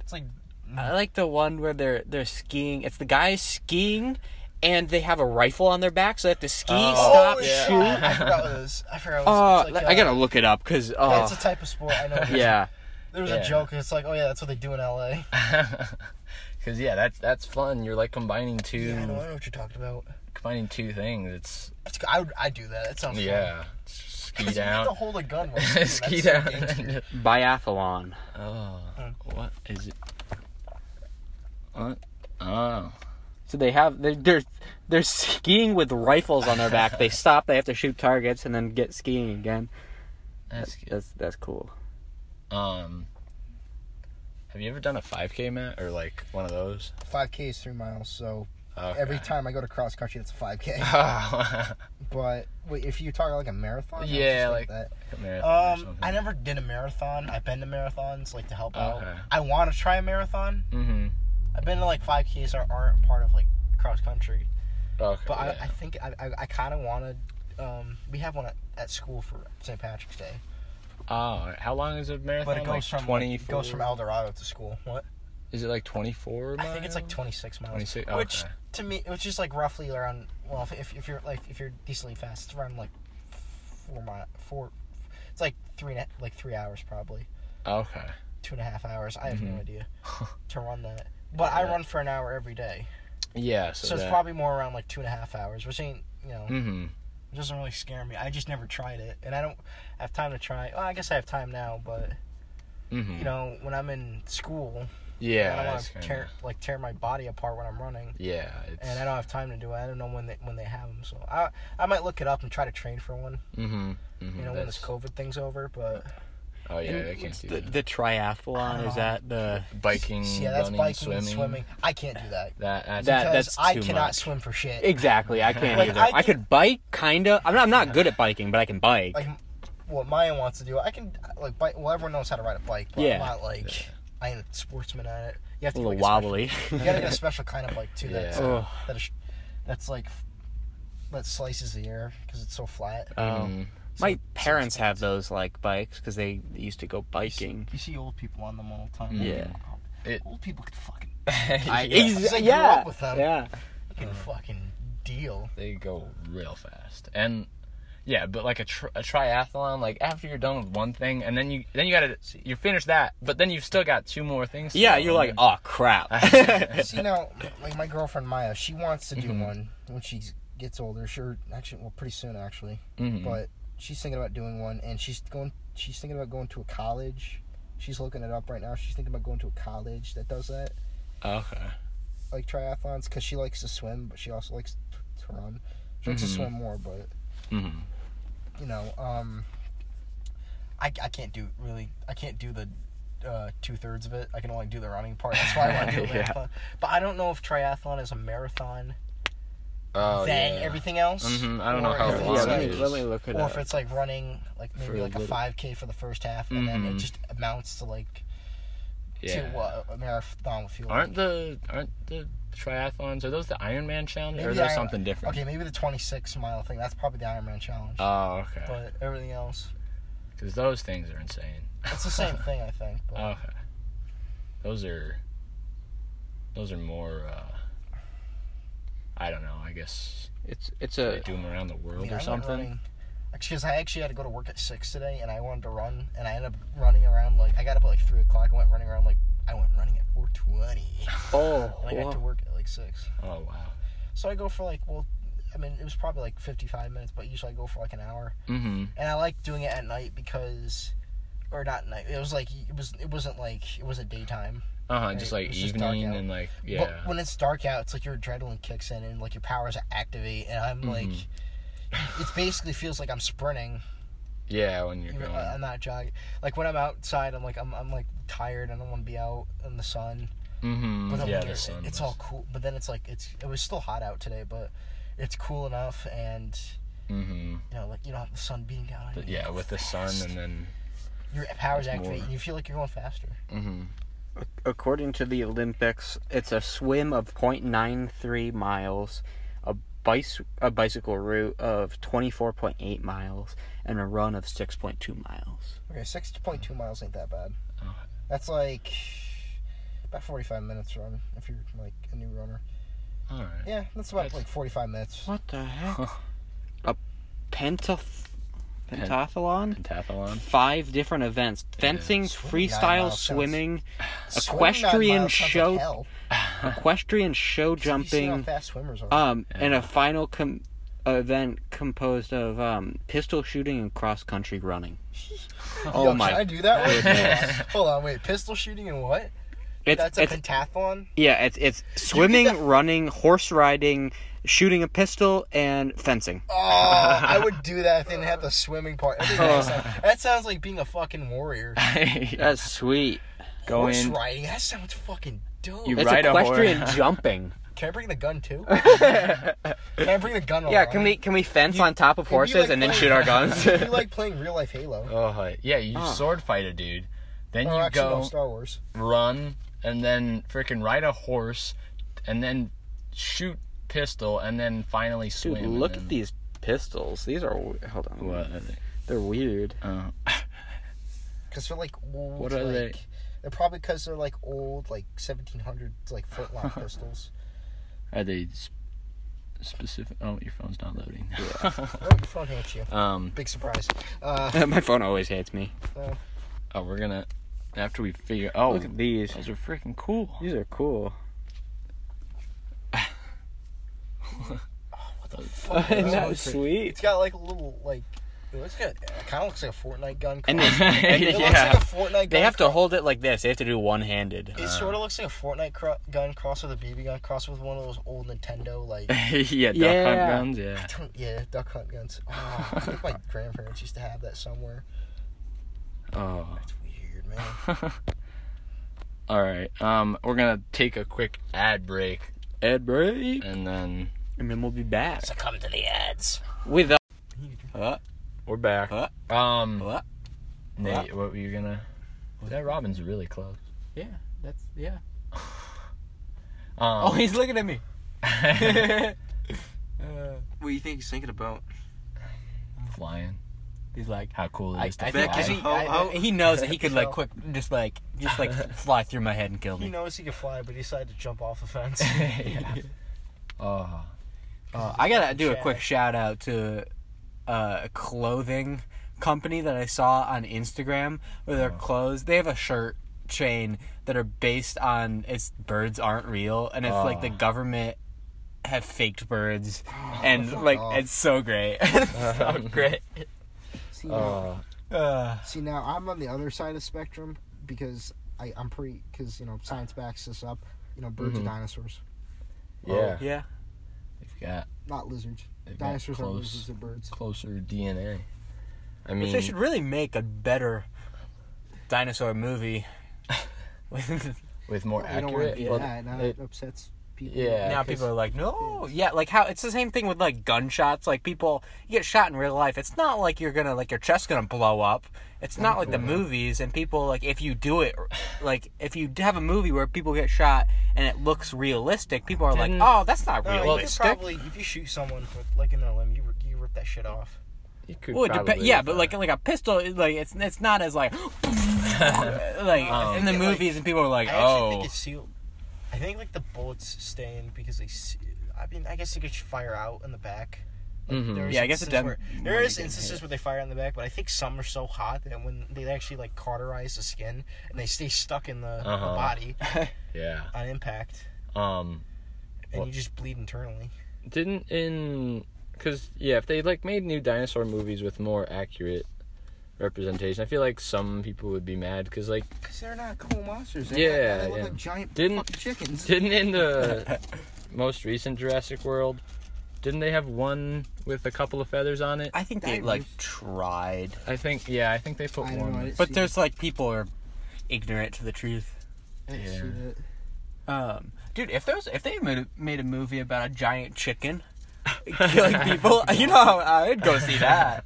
It's like Mm. I like uh, the one where they're they're skiing. It's the guys skiing, and they have a rifle on their back, so they have to ski, stop, Oh, shoot. yeah. I forgot what it was. I forgot what it Uh, was. It's like, I gotta uh, look it up because That's uh, a type of sport. I know. yeah, There was Yeah. a joke. It's like, oh yeah, that's what they do in LA. Cause yeah, that's that's fun. You're like combining two Yeah, I know. I know what you're talking about. combining two things. It's It's, I would. I do that. That sounds fun. yeah, ski You have to down, hold a gun. while skiing. ski That's so down. dangerous. biathlon. oh, what is it? What? Oh, So they have they're they're, they're skiing with rifles on their back. they stop. They have to shoot targets and then get skiing again. That's good. That's that's cool. Um, have you ever done a 5K, Matt, or like one of those? 5K is three miles, so Okay. every time I go to cross country, that's a 5K. Oh, but wait, if you talk like a marathon, that's Yeah, just like- that. marathon or Um, something. I never did a marathon. I've been to marathons, like to help out. Okay. I want to try a marathon. Mm-hmm. I've been to like 5Ks that aren't part of like cross country, Okay. but yeah. I, I think I, I, I kind of want to. Um, we have one at, at school for St. Patrick's Day, Oh, how long is a marathon? but it goes like from like, 24. it goes from El Dorado to school. What? Is it like 24 I think it's like miles? 26 miles. 26, Which okay. to me, which is like roughly around. Well, if, if, if you're like if you're decently fast, it's around like four mile four. It's like three and a- like three hours probably, Okay. two and a half hours. I have no Mhm. idea to run that. But I Yeah. run for an hour every day, Yeah, so, so, it's probably more around like two and a half hours, which ain't you know Mm-hmm. it doesn't really scare me. I just never tried it, and I don't have time to try. Well, I guess I have time now, but Mm-hmm. you know when I'm in school, I yeah, don't want it's to kinda- tear like tear my body apart when I'm running. Yeah, it's. and I don't have time to do it. I don't know when they when they have them, so I I might look it up and try to train for one. Mm-hmm. You know, when this COVID thing's over, but Oh yeah, And I can't what's do the, that. the triathlon Oh. is that the biking, yeah, that's running, biking swimming. and swimming. I can't do that That that's, That- because that's I too cannot much. swim for shit. Oh. exactly. I can't Like, either. I I, could bike, kinda. I'm not, I'm not good at biking, but I can bike. Like what Maya wants to do, I can like bike. Well, everyone knows how to ride a bike, but Yeah. I'm not like I ain't a sportsman at it. You have a to get, little like, special- wobbly. you gotta get a special kind of bike too. That's Yeah. uh, Ugh. that is, that's like that slices the air because it's so flat. Uh. Mhm. Um, My parents have those like bikes because they used to go biking. You see old people on them all the time. Yeah. It- old people can fucking yeah, Ex- I grew yeah, up with them. yeah. Uh. can fucking deal. they go real fast, and yeah, but like a, tri- a triathlon, like after you're done with one thing, and then you then you gotta you finish that, but then you've still got two more things. to Yeah, do. you're like, oh crap. See now, like my girlfriend Maya, she wants to do Mm-hmm. one when she gets older. Sure, actually, well, pretty soon actually. Mhm. But she's thinking about doing one, and she's going. She's thinking about going to a college. She's looking it up right now. She's thinking about going to a college that does that, okay, like triathlons, because she likes to swim, but she also likes t- to run. She likes Mhm. to swim more, but Mhm. you know, um, I I can't do really. I can't do the uh, two thirds of it. I can only do the running part. That's why I want to do a Yeah. marathon. But I don't know if triathlon is a marathon oh than yeah. everything else. Mhm, I don't know or how if long yeah, it's it let me, like, is. let me look it or if up. it's like running, like uh, For maybe a like a little- five k for the first half, and then it Mhm. just amounts to like yeah. to what a marathon with fuel. Aren't the aren't the triathlons are those the Ironman challenge Maybe or is the there Iron- something different? Okay, maybe the twenty six mile thing. That's probably the Ironman challenge. Oh, okay. but everything else, Because those things are insane. it's the same thing, I think. But Oh, Okay. Those are those are more uh I don't know, I guess It's it's they a do them around the world I mean, I or went something. running- Because I actually had to go to work at six today, and I wanted to run, and I ended up running around like I got up at like three o'clock. I went running around like I went running at four twenty, oh and I got to wow. work at like six. Oh wow. So I go for like well, I mean it was probably like fifty five minutes, but usually I go for like an hour, Mm-hmm. and I like doing it at night because, or not night. It was like it was it wasn't like it wasn't daytime. Uh huh. Just Right, like it's just dark evening out. and like yeah. But when it's dark out, it's like your adrenaline kicks in and like your powers activate, and I'm like, it basically feels like I'm sprinting. yeah, when Mm-hmm. you're Even, uh, going. I- I'm not jogging. Like when I'm outside, I'm like I'm, I'm like tired. I don't want to be out in the sun. mm-hmm. But I'm yeah, like, the sun. it's was- all cool. But then it's like it's it was still hot out today, but it's cool enough, and Mhm. you know like you don't have the sun beating down on you. But You yeah, go with the sun fast. and then. your powers it's activate, more- and you feel like you're going faster. Mm-hmm. According to the Olympics, it's a swim of 0.93 miles, a bice a bicycle route of 24.8 miles, and a run of 6.2 miles. Okay, six point two miles ain't that bad. Oh. That's like about forty five minutes run if you're like a new runner. All right. Yeah, that's about That's- like forty five minutes. What the heck? a pentath Pen- pentathlon? Pentathlon. Five different events: fencing, Swimming nine freestyle, miles sounds- swimming, Swimming nine equestrian miles sounds like show- hell. equestrian, show Have you seen how jumping, fast swimmers are. um, and a final com- event composed of um, pistol shooting and cross country running. oh Yo, my! Can I do that? one? Hold on, wait. Pistol shooting and what? It's That's a it's pentathlon. yeah, it's it's swimming, def- running, horse riding, shooting a pistol, and fencing. Oh, I would do that if they didn't have the swimming part. Everything else sounds- that sounds like being a fucking warrior. That's sweet. Go Horse in. riding. That sounds fucking dope. You It's Ride a horse. equestrian jumping. Can I bring the gun too? can I bring the gun? Yeah, along? can we can we fence on top of It'd be horses like and then playing- shoot our guns? It'd be like playing real life Halo. Oh, hi. yeah, you sword fight a dude. Then Or Oh. you Oh, actually, no, go Star Wars. run and then freaking ride a horse and then shoot pistol and then finally swim. Dude, and look then- at these pistols. These are w- hold on. What? They're weird. Uh, Because they're like old. What are like, they? They're probably because they're like old, like 1700s, like flintlock pistols. are they sp- specific? Oh, your phone's not loading. Oh, your phone hates you. um. Big surprise. Uh, My phone always hates me. no. Oh, we're gonna after we figure. Oh, Look at these. those are freaking cool. These are cool. Isn't that that sweet? it's got like a little like. It looks good. It kind of looks like a Fortnite gun. And cross. they- and it they- looks yeah. like a Fortnite gun. They have to hold it like this. They have to Uh. do one handed. It sort of looks like a Fortnite cro- gun crossed with a BB gun crossed with one of those old Nintendo like yeah, duck Yeah. hunt guns. Yeah. yeah duck hunt guns. Oh, I think my grandparents used to have that somewhere. Oh. It's weird, man. All right. Um, we're gonna take a quick ad break Ed break. and then And then we'll be back. So come to the ads. With a. Uh, we're back. Huh? Um, What? Nate, what were you gonna? That Robin's really close. yeah, that's. Yeah. Oh, Um, he's looking at me. Uh, What do you think he's thinking about? flying. he's like. How cool I, it is I to fly. think 'cause he, Ho, I- ho. he knows that he could like So- quick, just like, just like fly through my head and kill He me. knows he can fly, but he decided to jump off the fence. yeah. Oh, Uh, I gotta do a Chad. quick shout out to uh, a clothing company that I saw on Instagram where their clothes. They have a shirt chain that are based on it's birds aren't real, and it's like the government have faked birds, Oh, and like it's so great, it's so great. See, oh. Uh, see now I'm on the other side of the spectrum because I, I'm pretty because you know science backs this up. You know, Mm-hmm. birds are dinosaurs, yeah. yeah, They've got not lizards. they've got Dinosaurs aren't lizards; close, they're birds. closer DNA. I mean, they should really make a better dinosaur movie. With- with more I don't want to accurate. do well, that. Now it- that upsets people. Yeah. now 'cause- people are like, no, yeah, like how it's the same thing with like gunshots. Like people, you get shot in real life. It's not like you're gonna like your chest gonna blow up. It's not like the movies and people like if you do it, like if you have a movie where people get shot and it looks realistic, people are like, Didn't- oh, that's not No, Uh, you could realistic. probably if you shoot someone with like an LM, you rip- you rip that shit off. it could well, it depe- probably yeah, is but a- like like a pistol, it- like it's it's not as like like in the Yeah, like, movies and people are like, I actually oh, think it's sealed. I think like the bullets stay in because they. se- I mean, I guess they could sh- fire out in the back. Like, Mhm. there is Mm-hmm. Yeah, I guess it instances doesn't- where- when There they is get instances where they fire in the back, but I think some are so hot that when they actually like cauterize the skin and they stay stuck in the, the Uh-huh. body yeah. on impact, Um, and Well- you just bleed internally. didn't in because yeah if they like made new dinosaur movies with more accurate representation i feel like some people would be mad because like Because they're not cool monsters. They're not- Yeah, they look yeah. like giant Didn't- fucking chickens. didn't in the most recent jurassic world didn't they have one with a couple of feathers on it I think they like tried. i think yeah i think they put I don't one know, I didn't But see there's like people are ignorant to the truth. yeah. Um, dude, if there was, if they made a, made a movie about a giant chicken killing people, you know, how I'd go see that.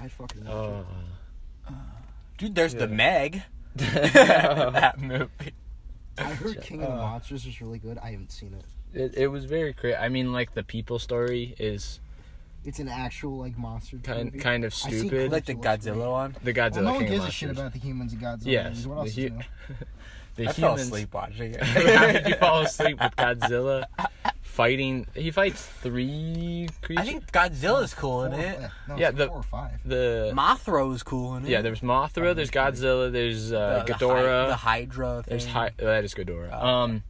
I fucking Oh. Dude, there's the Meg. that movie. I heard King Uh. of the Monsters is really good. I haven't seen it. it, it was very crazy i mean like the people story is It's an actual like monster. kind, kind of stupid Like the Godzilla one. the godzilla Well, no one King of gives a shit Monsters. about the humans and Godzilla. yes movies. What else the, is hu- new? the I humans fell asleep watching it. How did you fall asleep with Godzilla fighting? He fights three creatures. I think Godzilla's cool in Four- it. No, it's Yeah, like the- four or five. the Mothra's cool in it. yeah. There's Mothra. There's Godzilla. There's uh, the, Ghidorah. The, Oh, Hy- the Hydra. Thing. there's Hy- that is Ghidorah. Um,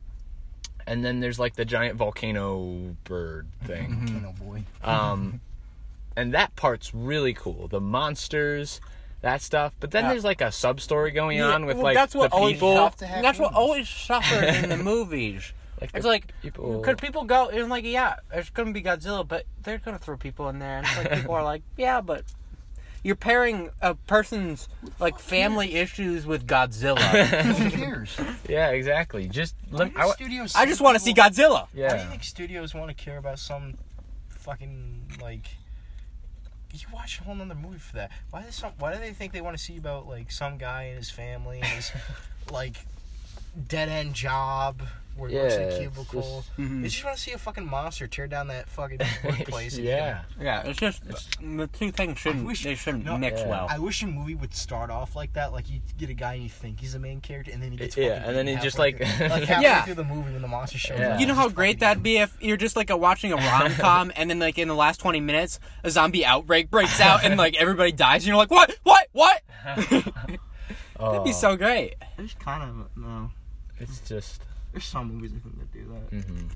and then there's like the giant volcano bird thing. Mm-hmm. Kano boy. um, and that part's really cool. The monsters. that stuff. But then Yeah. there's like a sub story going Yeah, on with well, like that's what the always people. suff- to have that's what humans. always suffered in the movies. Like it's the like people- could people go and like yeah, there's gonna be Godzilla, but they're gonna throw people in there, and it's like people are like yeah, but you're pairing a person's like family issues with Godzilla. Who cares? Yeah, exactly. Just Why let do I, wa- studios I just want to see Godzilla. yeah. Why do you think studios want to care about some fucking like? You watch a whole nother movie for that. Why does some? Why do they think they want to see about like some guy and his family and his like dead end job where he works in Yeah, a it's cubicle? just- They just want to see a fucking monster tear down that fucking workplace. and yeah. Yeah, it's just the two things shouldn't wish- they shouldn't no, mix yeah. well. I wish a movie would start off like that. Like you get a guy and you think he's the main character, and then he gets Yeah, fucking and then beaten he just, halfway like- through. like halfway Yeah. through the movie when the monster shows Yeah. up. You know It's how just great fucking- that'd be if you're just like a, watching a rom com and then like in the last twenty minutes a zombie outbreak breaks out and like everybody dies and you're like what what what? That'd be Oh, so great. There's kind of no. it's just There's some movies I think that do that. mhm.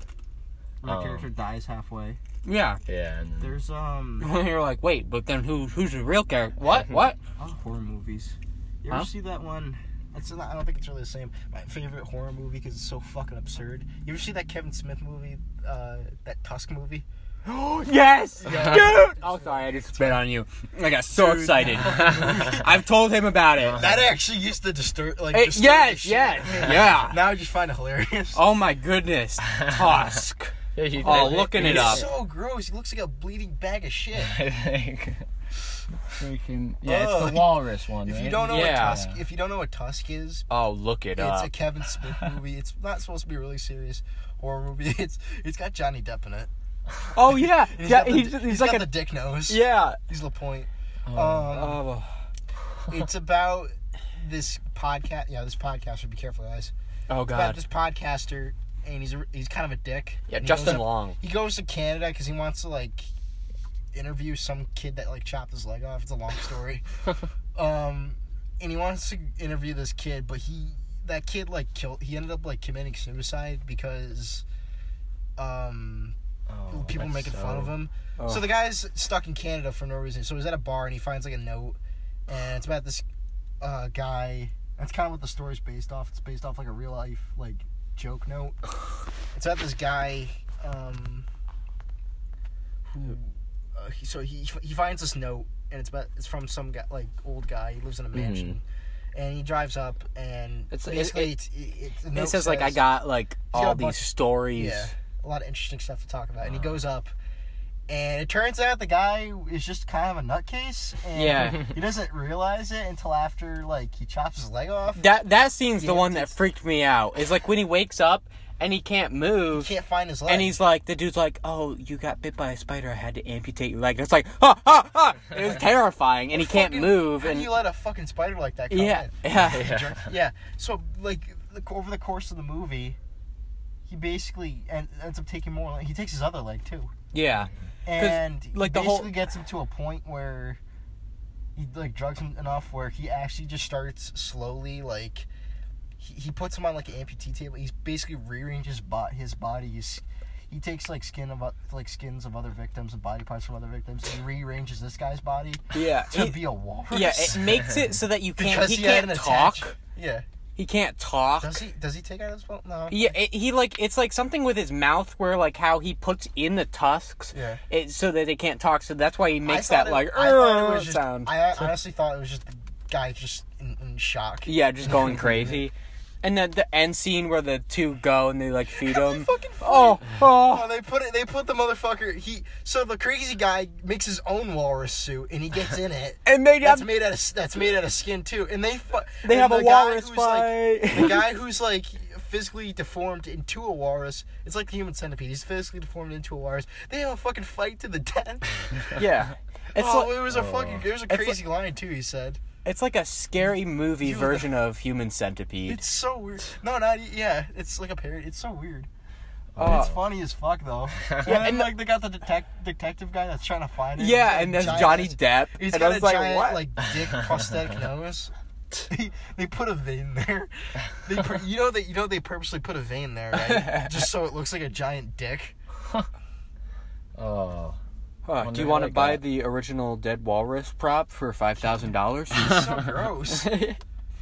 Where Oh. Um, the character dies halfway. Yeah. yeah. And then- There's um And you're like, wait, but then who who's the real character? What? Mm-hmm. What? a lot of horror movies. You ever Huh? see that one? It's not, I don't think it's really the same. My favorite horror movie because it's so fucking absurd. You ever see that Kevin Smith movie, uh, that Tusk movie? yes, dude. Oh, sorry, I just spit on you. I got so excited. I've told him about it. That actually used to disturb like. Uh-huh. Hey, disturb the yes, shit yes, out of me. yeah. Now I just find it hilarious. Oh my goodness, Tusk. yeah, you- Oh, I thi- looking it He's up. so gross. He looks like a bleeding bag of shit. I think. Freaking yeah, it's Ugh. the walrus one. If right? you don't know Yeah. what Tusk, if you don't know what Tusk is, Oh, look it it's a up. Kevin Smith movie. It's not supposed to be a really serious horror movie. It's it's got Johnny Depp in it. Oh yeah, And yeah. got the- He's, he's, like got a the dick nose. yeah. he's Lapointe. Um, Oh, it's about this podcast. Yeah, this podcaster. Be careful, guys. oh It's god. about this podcaster, and he's a, he's kind of a dick. Yeah, And he Justin goes up- Long. He goes to Canada because he wants to like interview some kid that like chopped his leg off. It's a long story. um, and he wants to interview this kid, but he that kid like killed. He ended up like committing suicide because um Oh, people that's making so- Oh. fun of him. So the guy's stuck in Canada for no reason. So he's at a bar and he finds like a note, and it's about this uh, guy. That's kind of what the story's based off. It's based off like a real life like joke note. it's about this guy um, who. Uh, he, so he he finds this note and it's about it's from some guy like old guy. He lives in a mansion. And he drives up, and Hmm. It's- it- basically, it- it's, it, it's, the It note says like I says- got like got all a bunch these of- stories. yeah, a lot of interesting stuff to talk about. Uh. And he goes up, and it turns out the guy is just kind of a nutcase. And Yeah. he doesn't realize it until after like he chops his leg off. That that scene's the Yeah, one that it's- freaked me out. Is like when he wakes up and he can't move. Can't find his leg. and he's like, the dude's like, "Oh, you got bit by a spider. I had to amputate your leg." And it's like, "Ha ha ha!" It was terrifying, and he can't Fucking- move. How And do you let a fucking spider like that come yeah, in? yeah, Yeah. Yeah. So like the, over the course of the movie, he basically en- ends up taking more. He takes his other leg too. yeah, and he like, the basically whole- gets him to a point where he like drugs him enough where he actually just starts slowly like he, he puts him on like an amputee table. He's basically rearranges bot his body. He's, he takes like skin of o- like skins of other victims and body parts from other victims. And he rearranges this guy's body yeah. to He- be a walrus. yeah, it makes it so that you can't. because He he, had can't an talk. attach- Yeah. He can't talk. Does he? Does he take out his phone? No. Yeah, it, he like it's like something with his mouth where like how he puts in the tusks, Yeah. it, so that they can't talk. So that's why he I makes thought that it- like I thought it "Arr" was just- sound. I honestly thought it was just the guy just in, in shock. Yeah, just going crazy. And then the end scene where the two go and they like feed him. fucking oh, Oh, oh, they put it. They put the motherfucker. He so the crazy guy makes his own walrus suit and he gets in it. and they that's have made out of that's made out of skin too. And they fu- they and have the a guy walrus who's, like- fight. the guy who's like physically deformed into a walrus. It's like the human centipede. He's physically deformed into a walrus. They have a fucking fight to the death. yeah, it's oh, like it was a fucking. It was a It's crazy line too. He said. it's like a scary movie version of Human Centipede. It's so weird. No, not e- yeah. It's like a parody. It's so weird. Oh. It's funny as fuck though. Yeah, and, and the- like they got the detect- detective guy that's trying to find it. He's yeah, got and a there's giant Johnny ass- Depp, He's and got I was a like, giant, what? like dick prosthetic nose. They, they put a vein there. They pur- you know that you know they purposely put a vein there, right? Just so it looks like a giant dick. Oh, Huh, Wonder do you how want I to got buy it. the original dead walrus prop for five thousand dollars? so gross.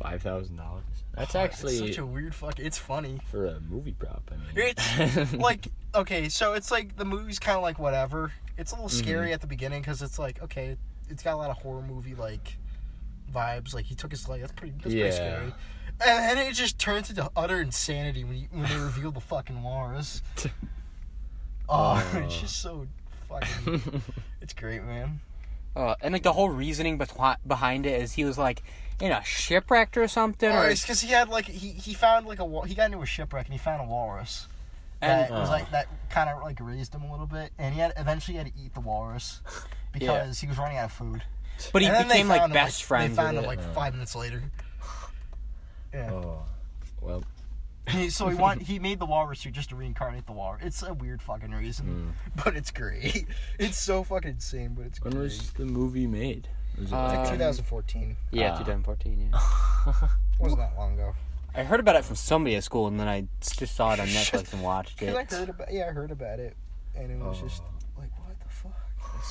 Five thousand dollars. That's It's actually such a weird fuck. It's funny. for a movie prop. I mean, It's like okay, so it's like the movie's kind of like whatever. It's a little scary at the beginning because it's like okay, it's got a lot of horror movie like vibes. Like he took his leg. That's pretty. That's Yeah. pretty scary. And then it just turns into utter insanity when you, when they reveal the fucking Lars. oh, it's just so fucking. it's great, man. Uh, and like the whole reasoning betwi- behind it is he was like in a shipwrecked or something, Or or it's because he had like he he found like a wa- he got into a shipwreck and he found a walrus. That and was like that kind of like raised him a little bit, and he had eventually had to eat the walrus because he was running out of food. but he and then they became like found him, best friends. They found with him it. Oh. like five minutes later. Yeah. oh, well, He- so he want he made the walrus suit just to reincarnate the walrus. It's a weird fucking reason, but it's great. It's so fucking insane, but it's Hmm. when great. was the movie made? Was it Uh, like- Um, 2014 yeah, uh, Ah. 2014. Yeah, wasn't that long ago. I heard about it from somebody at school, and then I just saw it on Netflix and watched Cause I it. heard about yeah, I heard about it, and it was just like what the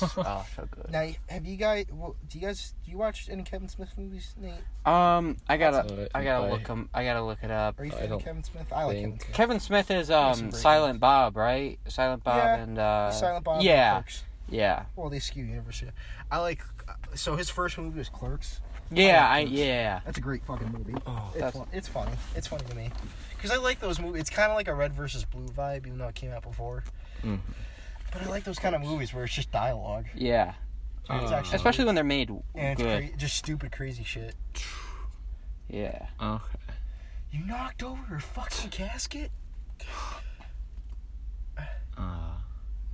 fuck. oh, so good. Now, have you guys? Well, do you guys? Do you watch any Kevin Smith movies, Nate? Um, I That's gotta, alright, I gotta bye. look him. I gotta look it up. Are you I a fan don't of Kevin Smith? I like Kevin think- Smith. Kevin Smith is some um great Silent Bob, right? Silent Bob Yeah, and uh Silent Bob. and Yeah, Clerks. yeah, Well, they skew universe. yeah. I like. uh, So his first movie was Clerks. yeah. I yeah. That's a great fucking movie. Oh. It's, That's- fun, it's funny. It's funny to me. Because I like those movies. It's kind of like a red versus blue vibe, even though it came out before. Mm. But I like those kind of movies where it's just dialogue. Yeah, And it's Uh, actually Oh. especially when they're made and it's good. cra- just stupid, crazy shit. Yeah. okay. You knocked over her fucking casket. Uh,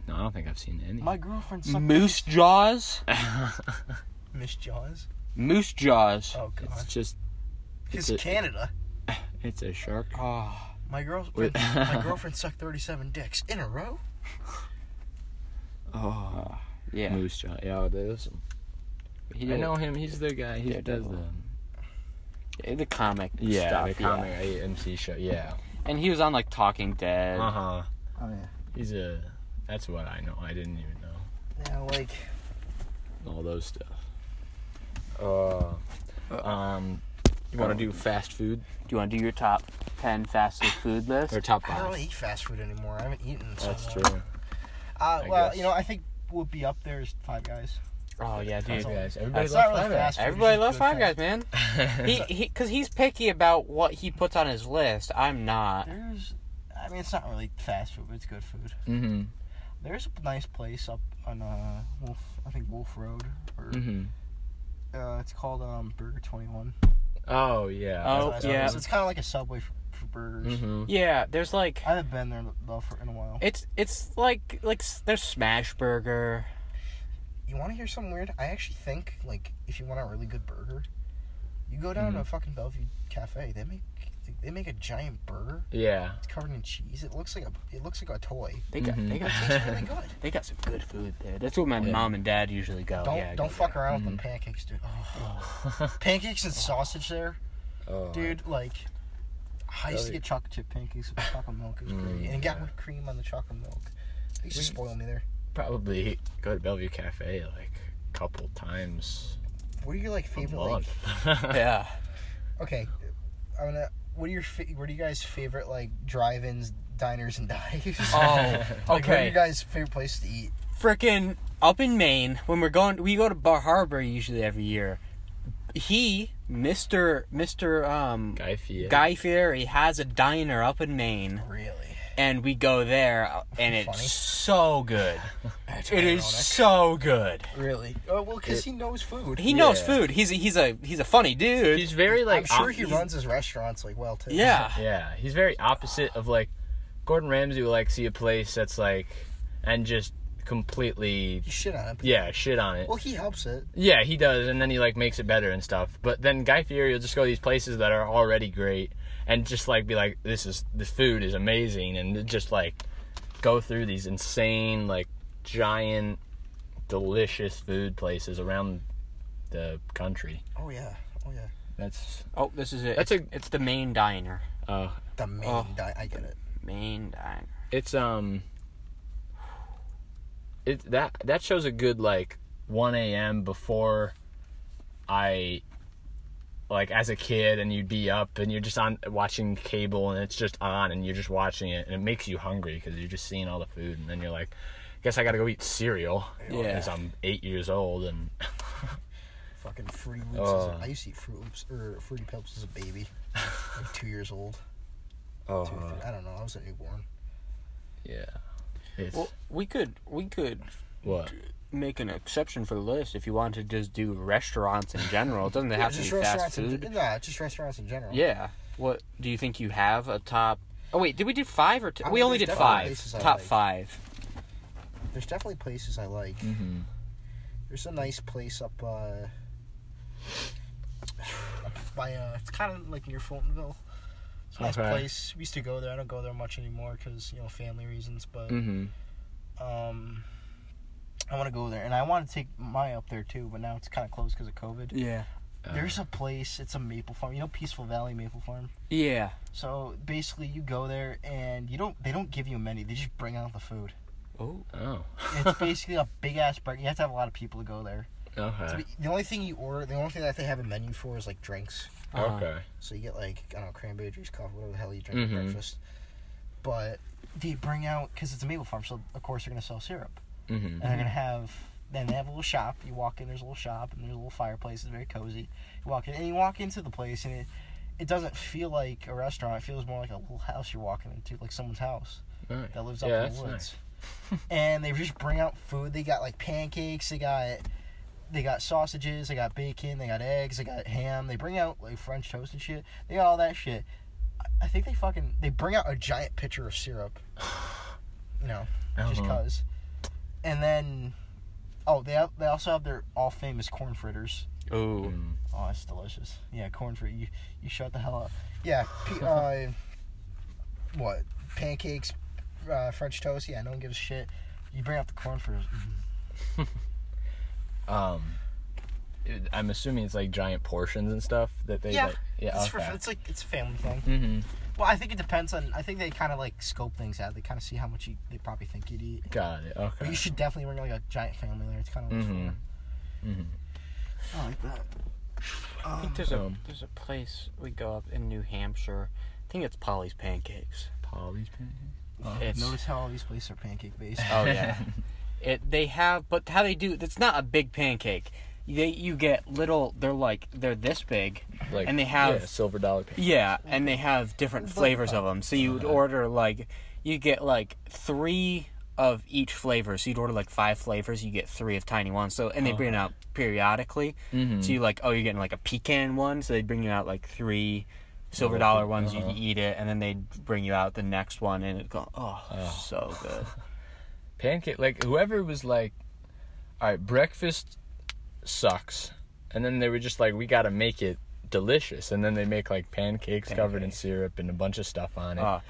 no, I don't think I've seen any. My girlfriend sucked Moose Jaws. Miss Jaws. Moose Jaws. Oh god. it's just It's a- Canada. it's a shark. Oh. My Wait. girlfriend. my girlfriend sucked thirty-seven dicks in a row. Oh, Yeah. moose jaw. Yeah, there's. He I did know him. He's the guy. He does Daredevil. the the comic yeah stuff. the comic uh, AMC show. Yeah. yeah. And he was on like Talking Dead. Uh huh. Oh yeah. He's a. That's what I know. I didn't even know Yeah, like all those stuff. Uh, um, you want to do fast food Do you want to do your top ten fastest food list? or top I don't five? really eat fast food anymore. I haven't eaten. in so That's long. true. Uh, I well, guess. you know, I think we'll be up there is Five Guys. oh yeah, Hey dude. guys, everybody That's not loves really Five fast Guys. Everybody Food is loves good Five fat. Guys, man. he he, because he's picky about what he puts on his list. I'm not. There's, I mean, it's not really fast food, but it's good food. mm-hmm. There's a nice place up on uh, Wolf, I think Wolf Road, or Mm-hmm. uh, it's called um, Burger Twenty One. Oh yeah. Oh, That's- yeah. it's kind of like a Subway for, for burgers. Mhm. Yeah, there's like I haven't been there though for in a while. it's it's like like s- there's Smash Burger. You want to hear something weird? I actually think like if you want a really good burger, you go down to a Mm-hmm. fucking Bellevue Cafe. They make they make a giant burger. Yeah. It's covered in cheese. It looks like a it looks like a toy. They got Mhm. they got It tastes really good. Mm-hmm. they got some good food there. That's where my mom and dad usually go. Don't yeah, don't go fuck there. around Mm-hmm. with the pancakes, dude. Oh. pancakes and sausage there, Oh, dude. Like, Oh, I used to Really? get chocolate chip pancakes with chocolate milk. It was great, and it Mm, got whipped cream on the chocolate milk. They used to spoil me there. probably go to Bellevue Cafe like a couple times What are your like a favorite? Like, month. Yeah. okay, I'm gonna. What are your fa- what are you guys favorite like drive-ins, diners, and dives? Oh, Like, what are okay. you guys favorite places to eat? Frickin' up in Maine when we're going, we go to Bar Harbor usually every year. He, Mister Mister um Guy Fieri. Guy Fieri, has a diner up in Maine, Really? and we go there, uh, and it's Funny. so good. That's It is so good. Really? Oh well, because he knows food. He knows Yeah. food. He's a, he's a he's a funny dude. He's very like. I'm sure op- he runs his restaurants like well too. yeah. Yeah, he's very opposite of like Gordon Ramsay will like see a place that's like and just completely You shit on him. yeah shit on it. Well, he helps it. Yeah, he does, and then he like makes it better and stuff. But then Guy Fieri will just go to these places that are already great and just like be like, this is this food is amazing, and just like go through these insane like giant delicious food places around the country. Oh yeah, oh yeah. That's Oh, this is it. That's it's, a- it's the main diner. uh, The main Oh. di- I get it. Main diner. it's um it that that shows a good like 1 a.m. before I like as a kid and you'd be up and you're just on watching cable and it's just on and you're just watching it and it makes you hungry because you're just seeing all the food and then you're like guess i gotta go eat cereal Yeah. because i'm eight years old and Fucking Fruity Loops. as Oh. a, I used to eat Fruit Loops or Fruity Pebbles as a baby, like two years old. oh Two or three, I don't know. I was a newborn. yeah it's Well, we could we could what make an exception for the list if you want to just do restaurants in general. It doesn't have to be just fast restaurants. food. In, no, just restaurants in general. Yeah. What do you think you have a top? Oh wait, did we do five or two? I We mean, only there's did definitely five. places I Top like. five. There's definitely places I like. mm-hmm. There's a nice place up uh, by uh, it's kind of like near Fultonville. It's a nice Okay. place. We used to go there. I don't go there much anymore because you know family reasons. But Mm-hmm. um, I want to go there, and I want to take my up there too. But now it's kind of closed because of COVID. Yeah. There's a place. It's a maple farm. You know Peaceful Valley Maple Farm. Yeah. So basically, you go there and you don't. They don't give you a menu. They just bring out the food. Oh. oh It's basically a big ass break. You have to have a lot of people to go there. okay The only thing you order, the only thing that they have a menu for is like drinks. Uh-huh. okay So you get like I don't know cranberry juice, coffee, whatever the hell you drink Mhm. at breakfast. But they bring out because it's a maple farm, so of course they're gonna sell syrup. mm-hmm. and they're gonna have then they have a little shop. You walk in, there's a little shop, and there's a little fireplace. It's very cozy. You walk in, and you walk into the place, and it it doesn't feel like a restaurant. It feels more like a little house you're walking into, like someone's house nice. that lives Yeah, up in that's the woods. and they just bring out food. They got like pancakes. They got they got sausages. They got bacon. They got eggs. They got ham. They bring out like French toast and shit. They got all that shit. I- I think they fucking they bring out a giant pitcher of syrup. You know, just Uh-huh. cause. And then, oh, they have, they also have their all famous corn fritters. Oh. Mm. Oh, it's delicious. Yeah, corn frit. You you shut the hell up. Yeah. P- uh, what pancakes, uh, French toast? Yeah, no one gives a shit. You bring out the corn fritters. Um, it- I'm assuming it's like giant portions and stuff that they. Yeah, Like, yeah. it's, okay. for, it's like it's a family thing. hmm Well, I think it depends on. I think they kind of like scope things out. They kind of see how much you, they probably think you'd eat. Got it. But Okay. you should definitely bring like a giant family there. It's kind of. hmm hmm I like that. I think there's a Um, there's a place we go up in New Hampshire. I think it's Polly's Pancakes. Polly's It's Notice how all these places are pancake based. oh yeah. It they have but how they do it's not a big pancake. They you get little they're like they're this big Like, and they have yeah, silver dollar. Pan- Yeah, and they have different flavors of them. So you would order like you get like three of each flavor. So you'd order like five flavors. You get three of tiny ones. So and they bring it out periodically. Mm-hmm. So you like oh you're getting like a pecan one. So they bring you out like three silver dollar ones. uh-huh. You can eat it, and then they would bring you out the next one, and it go oh, so good. Pancake. Like whoever was like, all right, breakfast sucks, and then they were just like, we gotta make it delicious, and then they make like pancakes Uh. covered in syrup and a bunch of stuff on it. Ah.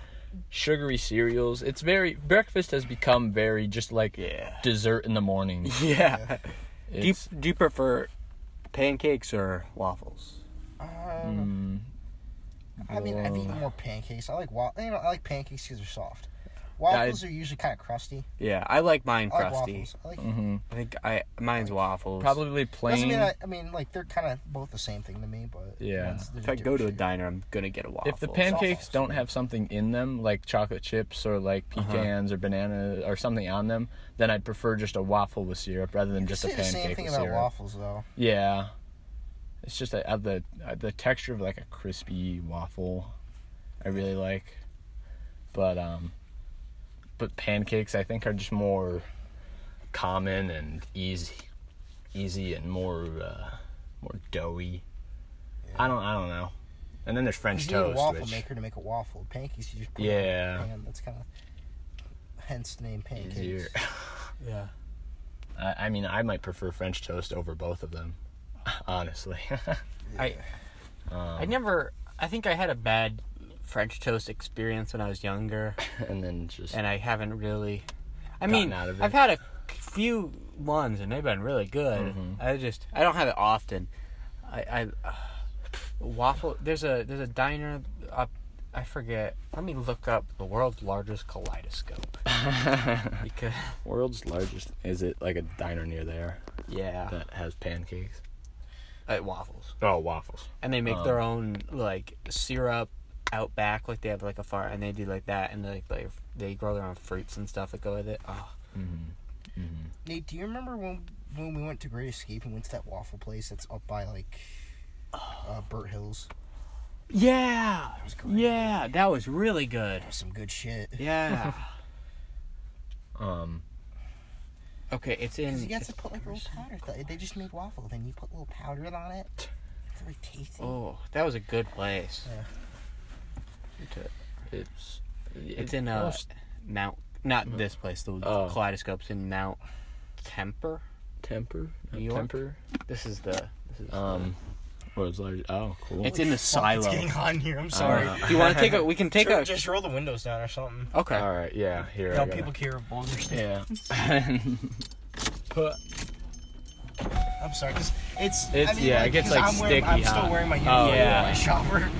Sugary cereals. It's very breakfast has become very just like Yeah. dessert in the morning. yeah. Do you, It's- do you prefer pancakes or waffles? I mean, Uh, I've eaten more pancakes. I like wa- you know, I like pancakes because they're soft. Waffles are usually kind of crusty. Yeah, I like mine I like crusty. waffles. I like. I think I mine's waffles. Probably Mm. plain. Doesn't mean I, I mean like they're kind of both the same thing to me, but Yeah. one's- they're If I just go to a different diner, I'm gonna get a waffle. if the pancakes Waffles. don't have something in them, like chocolate chips or like Uh-huh. pecans or banana or something on them, then I'd prefer just a waffle with syrup rather than just a shape. Say the pancake same thing with about syrup. waffles though. Yeah, it's just a, uh, the uh, the texture of like a crispy waffle. I really like, but um, but pancakes I think are just more common and easy, easy and more uh, more doughy. I don't I don't know. And then there's French You need a toast, waffle which maker to make a waffle. Pancakes, you just put Yeah. And that's kind of hence the name pancakes. easier. yeah, I, I mean, I might prefer French toast over both of them, honestly. I I never. I think I had a bad French toast experience when I was younger, and then just and I haven't really. I mean, out of it. I've had a few ones, and they've been really good. I just I don't have it uh, often. I, I waffle. There's a there's a diner up I forget. Let me look up the world's largest kaleidoscope because World's largest. Is it like a diner near there yeah, that has pancakes? at waffles, Oh, waffles. and they make their own like syrup out back. Like they have like a farm, and they do like that, and like they they grow their own fruits and stuff that go with it. Oh, Nate, do you remember when when we went to Great Escape and went to that waffle place that's up by like uh, Burt Hills? yeah, was great. yeah, that was really good. That was some good shit. Yeah. Um, okay, it's Because in. you got it's- to put like a little powder. Th- they just made waffle, then you put a little powder on it. It's really tasty. Oh, that was a good place. Yeah. it's It's in uh, Mount. Not this place. The Oh. kaleidoscope's in Mount Temper. temper. New York? Temper. This is the. This is Um, world's largest. Oh, cool. it's in the Fuck, silo. It's getting hot in here. I'm sorry. Do you want to take a? We can take Sure, a. just roll the windows down or something. Okay. All right. Yeah. Here. I Now gotta- people care about understand. Yeah. Put. I'm sorry, 'cause it's, I It's- mean, yeah, it like, gets, 'cause like, I'm wearing, sticky I'm still hot. wearing my uniform Oh, yeah. and my shopper,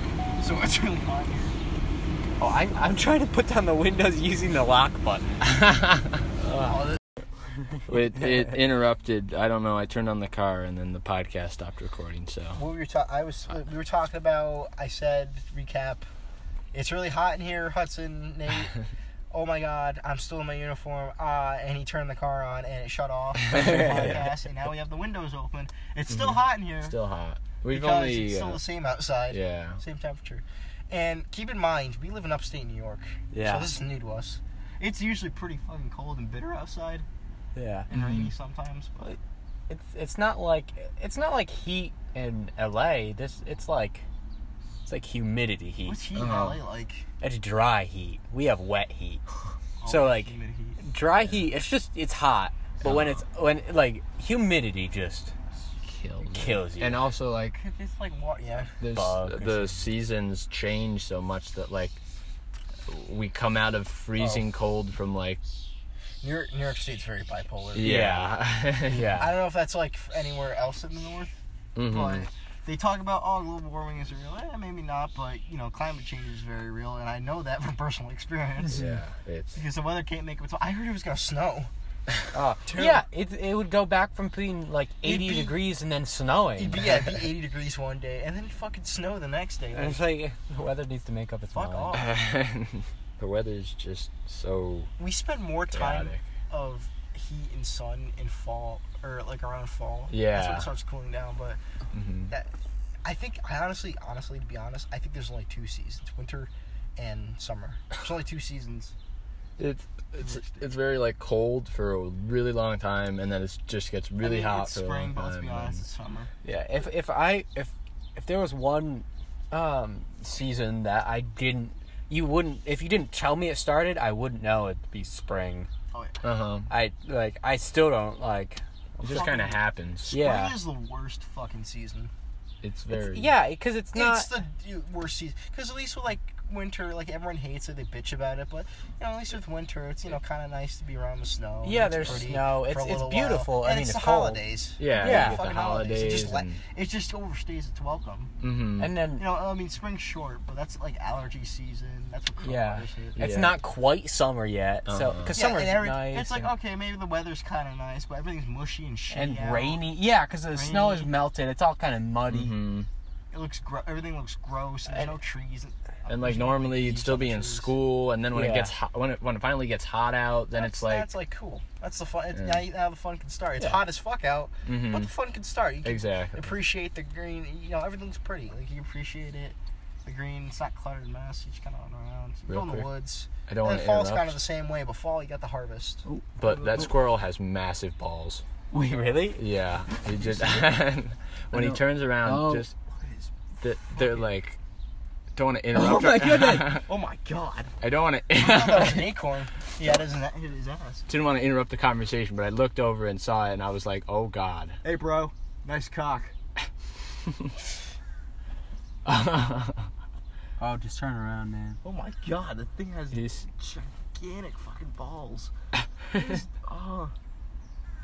so it's really hot in here. Oh, I'm I'm trying to put down the windows using the lock button. It, it interrupted. I don't know. I turned on the car and then the podcast stopped recording. So What were your Ta- I was we were talking about. I said recap. It's really hot in here, Hudson, Nate. Oh my God, I'm still in my uniform. Ah, and he turned the car on and it shut off. the podcast, and now we have the windows open. It's still hot in here. still hot. We've because only it's still uh, the same outside. yeah. Same temperature. And keep in mind, we live in upstate New York. Yeah. So this is new to us. It's usually pretty fucking cold and bitter outside Yeah. and Mm-hmm. rainy sometimes, but It's it's not like it's not like heat in LA. This it's like it's like humidity what's heat. heat in Uh-huh. LA like? It's dry heat. We have wet heat. Oh, So, like, humid heat. Dry heat. It's just it's hot. But when Uh-huh. it's when like humidity just kills. kills you. And also like Cause it's like water. Yeah. there's Bugs. the seasons change so much that like we come out of freezing cold from like New York, New York State's very bipolar. yeah I uh, yeah. don't know if that's like f- anywhere else in the north, Mhm. but they talk about oh global warming is real. Eh, maybe not, but you know climate change is very real, and I know that from personal experience. yeah it's Because the weather can't make it. I heard it was gonna snow. Uh, yeah, it it would go back from being like 80 be- degrees and then It'd snowing. be, yeah, it'd be 80 degrees one day, and then it'd fucking snow the next day. And Like, it's like the weather needs to make up its fuck mind. off. the weather's just so We spend more time Chaotic. of heat and sun in fall, or like around fall. That's when Yeah. Mm-hmm. it starts cooling down, but that, I think, I honestly, honestly, to be honest, I think there's only two seasons winter and summer. There's only two seasons. it's it's it's very like cold for a really long time and then it just gets I really mean, hot It's for a long spring, but let's time, be and- honest, it's summer. Yeah, if if I if if there was one um season that I didn't you wouldn't if you didn't tell me it started, I wouldn't know it'd be spring. Oh, yeah. uh-huh I like I still don't like it just kind of happens yeah. Spring is the worst fucking season. it's very Yeah, cuz it's Uh, not it's the you- worst season because at least with like winter, like everyone hates it, they bitch about it. But you know, at least with winter, it's you know kind of nice to be around the snow. Yeah, It's there's pretty snow. for a It's- it's little beautiful. while. I and mean, it's it's the cold. holidays. yeah, Yeah. you get the fucking holidays, It just, la- and, it just overstays its welcome. Mhm. and then You know, I mean, spring's short, but that's like allergy season. That's what yeah. coronavirus hit. It's Yeah. not quite summer yet. So Uh-huh. cuz Yeah, summer's and every- nice. It's like oh, and, okay, maybe the weather's kind of nice, but everything's mushy and shitty and out. rainy. Yeah, cuz the snow is Rainy. melted. It's all kind of muddy. Mhm. It looks gro- everything looks gross. And there's And- no trees. And, and like normally you'd still be in school and then when Yeah. it gets hot when it when it finally gets hot out then it's like that's like cool. That's the fun. It's, Yeah. now, you- now the fun can start. It's Yeah. hot as fuck out, but Mhm. the fun can start. You can exactly appreciate the green. You know, everything's pretty. Like you appreciate it. The green. It's not cluttered and mess. You just kind of run around. You Real go in the quick. woods. i don't and want to then fall's interrupt kind of the same way, but fall you got the harvest. but that squirrel has massive balls We really? yeah he just when he turns around Oh. just th- they're like don't want to Oh interrupt my goodness. Oh my god! i don't want I thought that to was an acorn. Yeah, it doesn't hit his ass. didn't want to interrupt the conversation but i looked over and saw it and i was like oh god Hey, bro. Nice cock. Oh, just turn around, man. Oh my god, the thing has He's- gigantic fucking balls. He's, oh,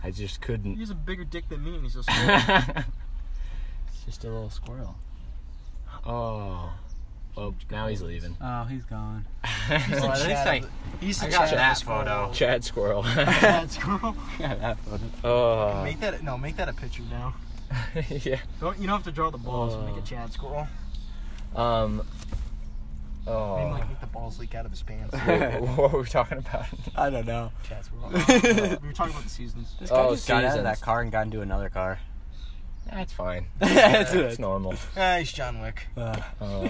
i just couldn't he's a bigger dick than me, and he's just. it's just a little squirrel oh Oh, now he's leaving. Oh, he's gone. Well, Chad, at least I- He's I got that photo. squirrel. That's cool. oh. Make that no, make that a picture now. yeah. Don't you don't have to draw the balls. Uh, make a Chad squirrel. Um. Oh. Maybe like make the balls leak out of his pants. Wh- what were we talking about? I don't know. Chad squirrel. Uh, we were talking about the seasons. This guy Oh, just got out of seasons. that car and got into another car. That's fine. That's It's it. normal. Ah, he's John Wick. Uh,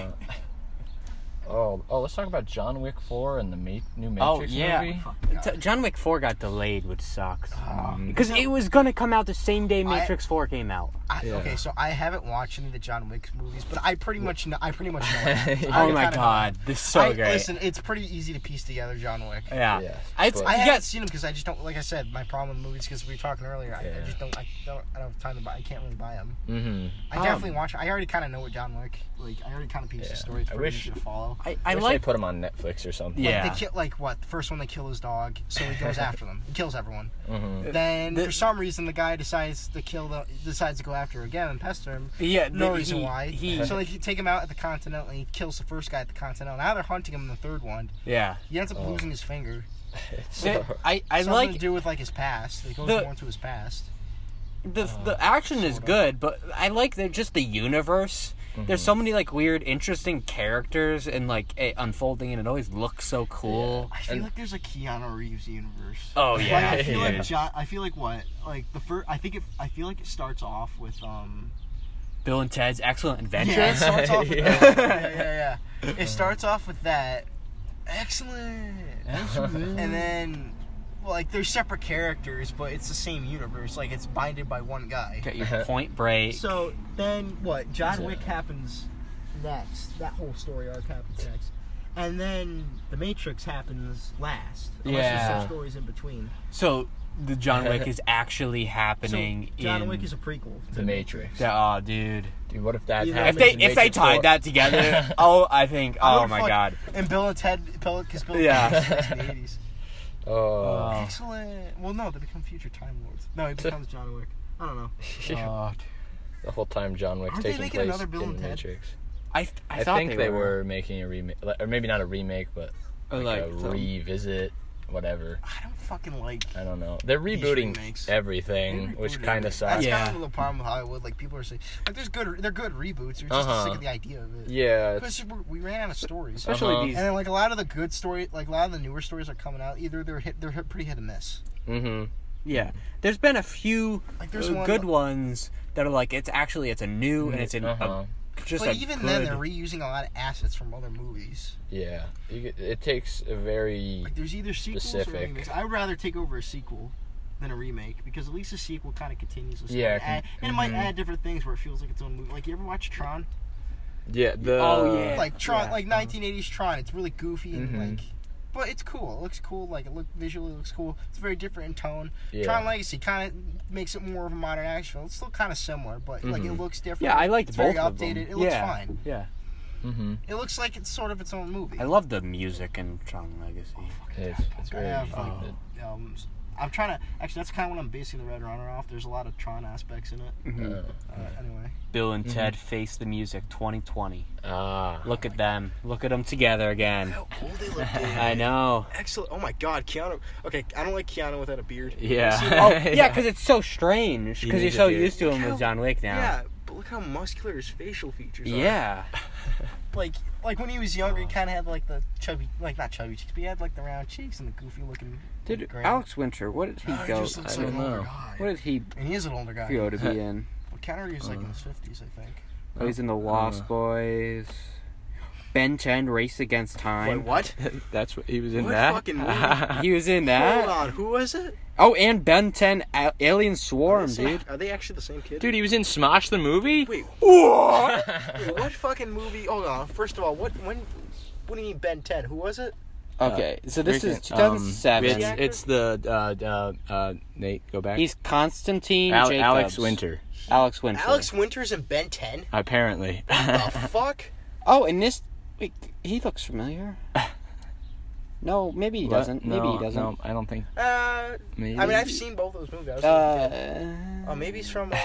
oh, oh, let's talk about John Wick Four and the ma- new Oh, Matrix yeah. movie. T- John Wick 4 got delayed, which sucks. Ah. Um, Because it was going to come out the same day Matrix 4 came out. I, Yeah. Okay, so I haven't watched any of the John Wick movies, but I pretty much know. I pretty much know. what happened. I Oh my kinda- god, this is so I, great. Listen, it's pretty easy to piece together John Wick. yeah. Yes, I, it's, but- I I haven't seen them because I just don't. Like I said, my problem with movies because we were talking earlier. I, I Yeah. just don't. I don't. I don't have time to buy. I can't really buy them. mm-hmm. I Um, definitely watch. I already kind of know what John Wick. Like I already kind of pieced Yeah. the story. It's I pretty wish- easy to follow. I, I, I wish like. they put him on Netflix or something. Yeah. They kill like what? The first one they kill his dog, so he goes after them. He kills everyone. Mm-hmm. Mhm. Then the- for some reason the guy decides to kill the decides to go after her again and pester him. yeah, No the- reason he- why. He, so like you take him out at the Continental and he kills the first guy at the Continental. Now they're hunting him in the third one. yeah. He ends up Oh. losing his finger. It's- I, I Something like to do with like his past. It goes The- more into his past. the Oh. the action is good, but I like the just the universe. There's Mm-hmm. so many like weird, interesting characters and like it unfolding, and it always looks so cool. I feel And- like there's a Keanu Reeves universe. Oh Like, yeah, I feel Yeah. like jo- I feel like what like the first I think it I feel like it starts off with um Bill and Ted's Excellent Adventure. yeah it starts off with Yeah. yeah yeah yeah it starts off with that excellent and then well, like they're separate characters but it's the same universe like it's binded by one guy Got your Point Break. so then what John Yeah. Wick happens next that whole story arc happens next and then the Matrix happens last unless there's Yeah. some stories in between So the John Wick is actually happening so John in Wick is a prequel to the Matrix. the, oh, dude. Dude, what if that If If happens? they in if they Matrix tied 4? that together, oh, I think oh would my fuck- god, And Bill and Ted, because Bill Yeah. and Ted was in the eighties. Oh. Oh, Excellent. Well, no, they become future time lords. No, he becomes John Wick. I don't know. God. the whole time John Wick's Aren't they taking making place another Bill in and the Ted? Matrix. I th- I, I, thought think they, were. making a remake, or maybe not a remake, but Or, like, like a some- revisit, whatever. I don't fucking like. I don't know. They're remakes. rebooting everything, They which rebooted kind it. of sucks. That's Yeah. kind of the problem with Hollywood. Like people are saying, like there's good, they're good reboots. We're just Uh-huh. sick of the idea of it. Yeah, it's- Because we ran out of stories. Uh-huh. especially And these. then, like a lot of the good story, like a lot of the newer stories are coming out. Either they're hit, they're hit pretty hit and miss. Mm-hmm. Yeah, there's been a few Like, there's uh, one- good ones that are like it's actually it's a new and it's in Uh-huh. a, just But a even good, then, they're reusing a lot of assets from other movies. Yeah, you get, it takes a very Like there's either sequels or Specific. remakes. I would rather take over a sequel than a remake because at least a sequel kind of continues the story. Yeah, it and, can- add- and it might mhm. add different things where it feels like its own movie. Like you ever watch Tron? yeah. The Oh, yeah. Like Tron, Yeah. like 1980s Tron. It's really goofy Mm-hmm. and Mhm. like, but it's cool. It looks cool. Like it look visually it looks cool. It's very different in tone. Yeah. Tron Legacy kind of makes it more of a modern action film. It's still kind of similar, but like it Mhm. looks different. Mm-hmm. yeah, I liked it's both very of updated. them. It looks yeah. fine. Yeah, Mm-hmm. It looks like it's sort of its own movie. I love the music in Tron Legacy. It's, it's very. Yeah, fuck. good. Um, I'm trying to actually. That's kind of what I'm basing the Red Runner off. There's a lot of Tron aspects in it. Mhm. Uh, Uh, anyway. Bill and Ted face the music 2020. Ah, Look at them. Look at them together again. How old they look, dude. I know. Excellent. Oh my God, Keanu. Okay, I don't like Keanu without a beard. Yeah. See, Oh yeah, because it's so strange. You Because need you're to so do it. used to him with John Wick now. yeah, but look how muscular his facial features are. Yeah. Like, like when he was younger, he kind of had like the chubby, like not chubby cheeks, but he had like the round cheeks and the goofy looking. Did grin. Alex Winter? What did he Oh, he go? just looks I like don't an older know. guy. What did he And he is an older guy. go to be in? Well, Keanu Reeves is like in his fifties, I think. Oh, he's in the Lost Boys. Ben 10 Race Against Time. what? uh, that's what he was in What that. fucking movie? He was in Hold that. on, who was it? Oh, and Ben 10 A- Alien Swarm, Is it- dude. Are they actually the same kid? Dude, he was in Smosh the movie. Wait, wait, what fucking movie? Hold on. First of all, what when? What do you mean Ben Ten? Who was it? Okay, so this is Freaking- Um, 2007. it's, it's the uh, uh, uh, Nate. Go back. he's Constantine Al- Jacobs. Alex Winter. Alex Winter. Alex Winters and Ben Ten. Apparently. The fuck? Oh, and this. Wait, he looks familiar. no, maybe he doesn't. Maybe he doesn't. No, I don't think. Uh, Maybe. I mean, I've seen both those movies. I was uh, Uh, oh, maybe he's from. Uh,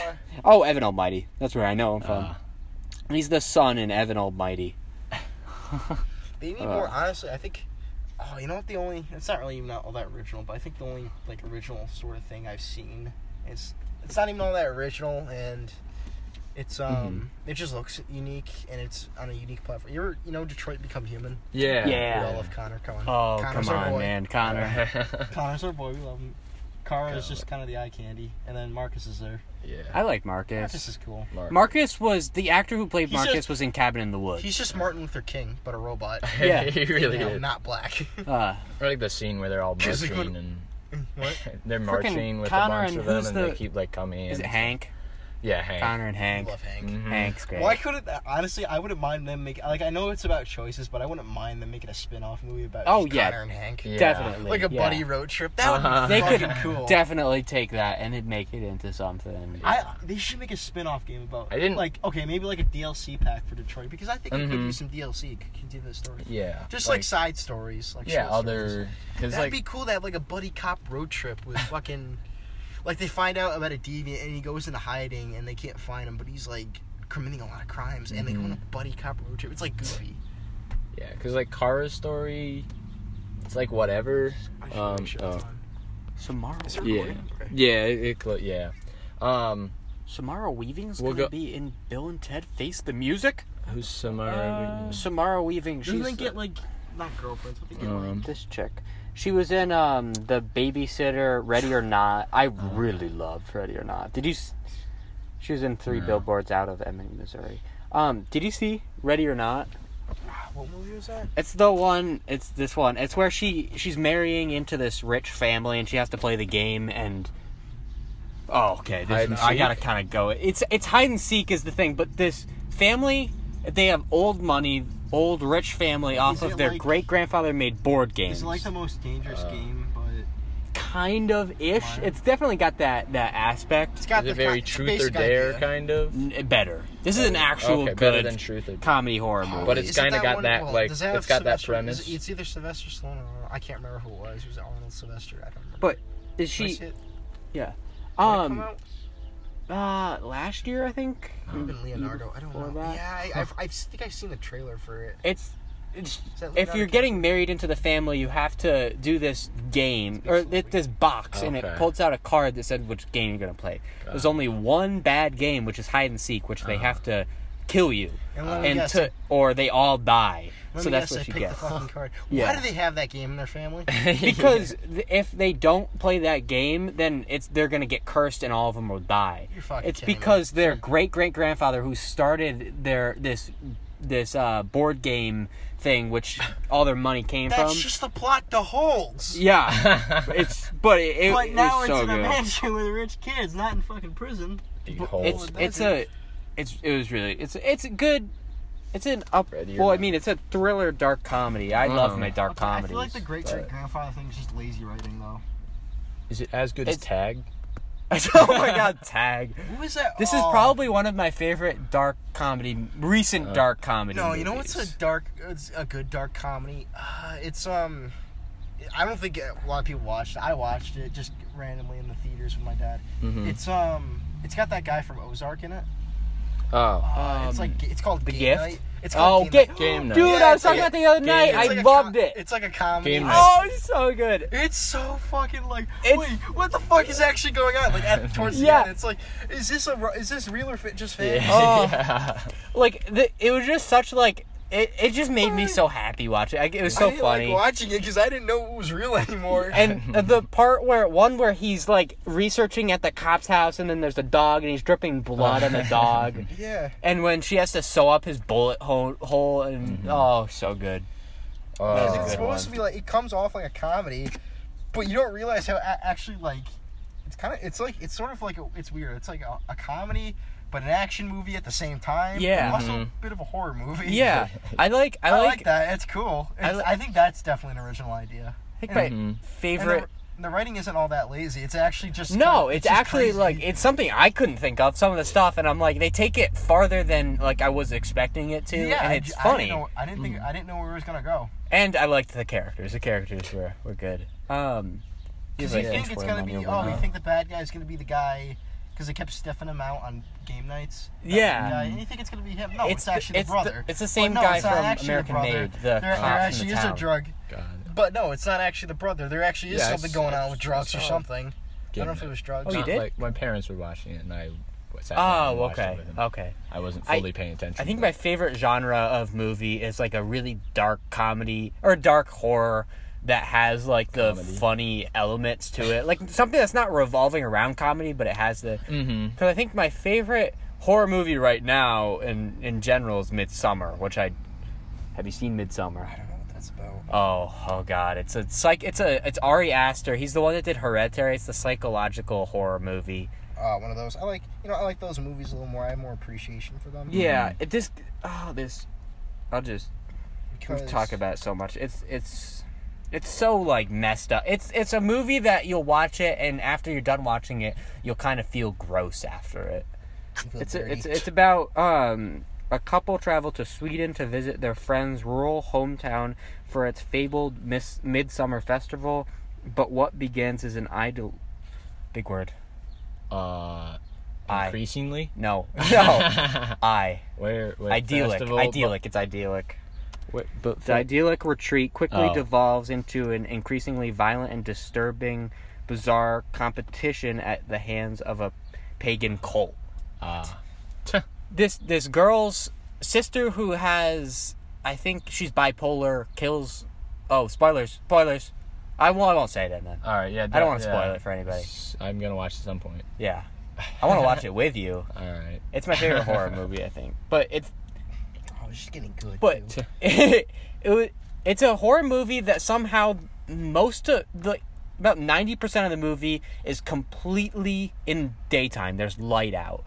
oh, Evan Almighty. That's where I know him from. Ah. He's the son in Evan Almighty. They need more. Honestly, I think. Oh, you know what? The only it's not really even all that original, but I think the only like original sort of thing I've seen is it's not even all that original, and it's um it just looks unique and it's on a unique platform. You're you know Detroit Become Human. Yeah. Yeah. We all love Connor Cohen. Oh, Connor's come our on, boy. man. Connor. Connor's our boy. We love him. Kara is just kind of the eye candy, and then Marcus is there. yeah. I like Marcus. Marcus is cool. Mark. Marcus was the actor who played He's Marcus just- was in Cabin in the Woods. He's just Martin Luther King, but a robot. Yeah. he really You know, is. not black. uh, I like the scene where they're all Just like marching when- and Mm, what? they're marching with Connor a bunch and of them, who's and the- they keep like coming in. is it Hank? Yeah, Hank. Connor and I Hank. love Hank. Mhm. Hank's great. Why couldn't honestly? I wouldn't mind them make like I know it's about choices, but I wouldn't mind them making a spin-off movie about Oh, just yeah. Connor and Hank, Yeah. Definitely. like a yeah. buddy road trip. That would be Uh-huh. They could fucking cool. definitely take that and it'd make it into something. I they should make a spin-off game about. I didn't- like okay maybe like a DLC pack for Detroit because I think it could Mhm. do some DLC. Could continue the story. Yeah. Just like, side stories, like yeah, short stories. other because like That'd be cool to have like a buddy cop road trip with fucking, like they find out about a deviant and he goes into hiding and they can't find him, but he's like committing a lot of crimes and they go on Mm-hmm. a buddy cop road trip. It's like goofy. yeah, because like Kara's story, it's like whatever. I should Um, make sure oh, it's on. Samara Is it yeah, recording? Okay. yeah, it, it cl- yeah. Um, Samara Weaving's We'll gonna go- be in Bill and Ted Face the Music? who's Samara? Samara Weaving, she's Hmm. Doesn't they the- get like not girlfriends? What they get like um, this chick. She was in um the babysitter Ready or Not. I really loved Ready or Not. Did you? s- She was in three No. billboards out of Emmett, Missouri. Um, did you see Ready or Not? what movie was that? It's the one. It's this one. It's where she she's marrying into this rich family and she has to play the game and. Oh, okay. Hide This, and I seek? gotta kind of go. It's it's hide and seek is the thing, but this family they have old money, old rich family off Is of it their like- great grandfather made board games It's like the most dangerous Uh, game, but kind of ish. It's definitely got that that aspect got Is it very truth or dare kind of? N- better. This is an Oh, actual okay, better good than truth or dare. comedy horror movie. But it's kinda got that, like, it's got that premise. It's either Sylvester Stallone or Arnold. I can't remember who it was. It was Arnold Sylvester. I don't remember. But is Did I she? see it? Yeah. Did it come Um. out? Uh. Last year, I think. Might have been Leonardo. I don't or know. that? Yeah, I, I've, I think I've seen the trailer for it. It's. It's, Is that if Leonardo you're getting married into the family, you have to do this game or thi- this box, and it Okay. pulls out a card that said which game you're gonna play. There's only one bad game, which is hide and seek, which they have to kill you, And and, let me guess, to, or they all die. Let so me that's guess, what they she picked gets. the fucking card. Yeah. Why do they have that game in their family? because th- if they don't play that game, then it's they're gonna get cursed and all of them will die. You're fucking it's kidding me. because their great great grandfather who started their this this uh, board game thing, which all their money came That's from. just the plot to holds. yeah, it's but it, it, But now was it's so in good. a mansion with rich kids, not in fucking prison. Dude, hold. It's Well, it's a that's- it's it was really it's it's a good. It's an up. Ready or Well, I not. mean, it's a thriller dark comedy. I love Uh-huh. my dark I comedies. feel like the great great grandfather thing is just lazy writing, though. is it as good as it's- Tag? oh my god, tag. Who is that? This is Oh. probably one of my favorite dark comedy, recent dark comedy. No, you know what's a movies. dark, it's a good dark comedy. Uh, it's um, I don't think a lot of people watched it. I watched it just randomly in the theaters with my dad. Mm-hmm. It's um, it's got that guy from Ozark in it. Oh, Uh, it's like it's called Mm. The Game Um, Gift? Night. It's Oh, called get, Game Night. dude! I Yeah, was it's talking like- about the other night. It's I like a loved com- it. It's like a comedy. Game Night. oh, it's so good. It's so fucking like. It's- wait, what the fuck is actually going on? Like at, towards the Yeah. end, it's like, is this a ro- is this real or fit, just fan? Oh. yeah. Like the, it was just such like it. It just made me so happy watching. Like, it was so I didn't funny. Like watching it because I didn't know it was real anymore. and the part where one where he's like researching at the cop's house, and then there's a dog, and he's dripping blood on the dog. yeah. And when she has to sew up his bullet hole, hole and Mm-hmm. oh, so good. Oh. That's a it's good supposed one. to be like it comes off like a comedy, but you don't realize how a- actually like it's kind of it's like it's sort of like a, it's weird. It's like a, a comedy but an action movie at the same time. Yeah. and also a bit of a horror movie. Yeah, I like. I, I like, like. that. It's cool. It's, I, li- think that's definitely an original idea. I think my Mm-hmm. And the, favorite. the writing isn't all that lazy. It's actually just No, kinda- it's, just actually crazy. like it's something I couldn't think of. Some of the stuff, and I'm like, they take it farther than like I was expecting it to, yeah, and I it's j- I didn't funny. Mm. know- I didn't, think I didn't know where it was gonna go. and I liked the characters. The characters were were good. Um, he's Because you like think it's inchworm gonna on be your oh, you window. think the bad guy's gonna be the guy because they kept stiffing him out on game nights. That Yeah. guy. and you think it's gonna be him? No, it's, Mm. It's the- actually the it's the- brother. it's the But same no, guy it's not from actually the American brother. Made, the there, there cop from the actually is a town. drug. God. But no, it's not actually the brother. There actually is Yeah, I something s- going I on with s- drugs or saw it. something. I don't know if Getting it it. was drugs. Oh, you Not did? Like my parents were watching it, and I sat down and Oh, watched it okay. with them. Okay. I wasn't I- fully paying attention. I think but- my favorite genre of movie is like a really dark comedy or dark horror that has like the Comedy. funny elements to it. Like something that's not revolving around comedy, but it has the. Mm-hmm. Because I think my favorite horror movie right now in, in general is Midsummer, which I. Have you seen Midsummer? I don't know what that's about. Oh, oh God! It's a psych. It's a it's Ari Aster. He's the one that did Hereditary. It's the psychological horror movie. Uh, one of those. I like, you know, I like those movies a little more. I have more appreciation for them. Yeah, it just oh this. I'll just we because talk about it so much. It's it's it's so like messed up. It's it's a movie that you'll watch it and after you're done watching it, you'll kind of feel gross after it. feel It's a, dirty. it's it's about um a couple travel to Sweden to visit their friend's rural hometown for its fabled mis- midsummer festival, but what begins is an idol big word. uh, I- increasingly No. No. I where, where idyllic. festival- idyllic. It's idyllic. But, but The idyllic retreat quickly Oh. devolves into an increasingly violent and disturbing, bizarre competition at the hands of a pagan cult. uh, This this girl's sister who has, I think she's bipolar, kills. Oh, spoilers! Spoilers! I won't. I won't say that then. all right, yeah. I don't want to that- spoil yeah. it for anybody. S- I'm gonna watch at some point. Yeah, I want to watch it with you. All right. It's my favorite horror movie, I think. But it's Oh, it's just getting good. but too. it, wa- it's a horror movie that somehow most of the about 90% of the movie is completely in daytime there's light out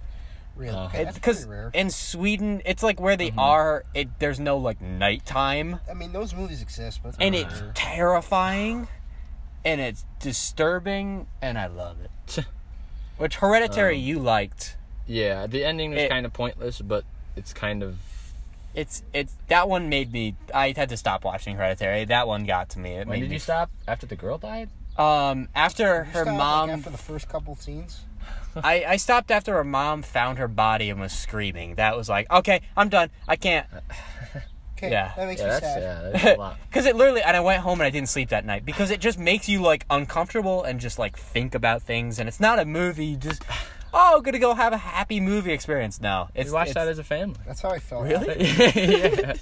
really, Uh, okay, that's because pretty rare. in sweden it's like where they Mm-hmm. are it there's no like nighttime I mean, those movies exist, but uh, it's and pretty it's rare. terrifying and it's disturbing and i love it which hereditary Um, you liked Yeah, the ending was It- kind of pointless, but it's kind of it's it's that one made me i had to stop watching hereditary that one got to me it When made did me you stop? After the girl died? Um, after You her stop, like, mom, after the first couple scenes. I, I stopped after her mom found her body and was screaming. That was like, okay, I'm done. I can't. Okay, Yeah. that makes Yeah, me that's sad. yeah, that's a lot. Because it literally, and I went home and I didn't sleep that night because it just makes you like uncomfortable and just like think about things. And it's not a movie, you just, oh, gonna go have a happy movie experience. No, it's. We watched it's, that as a family. That's how I felt. yeah.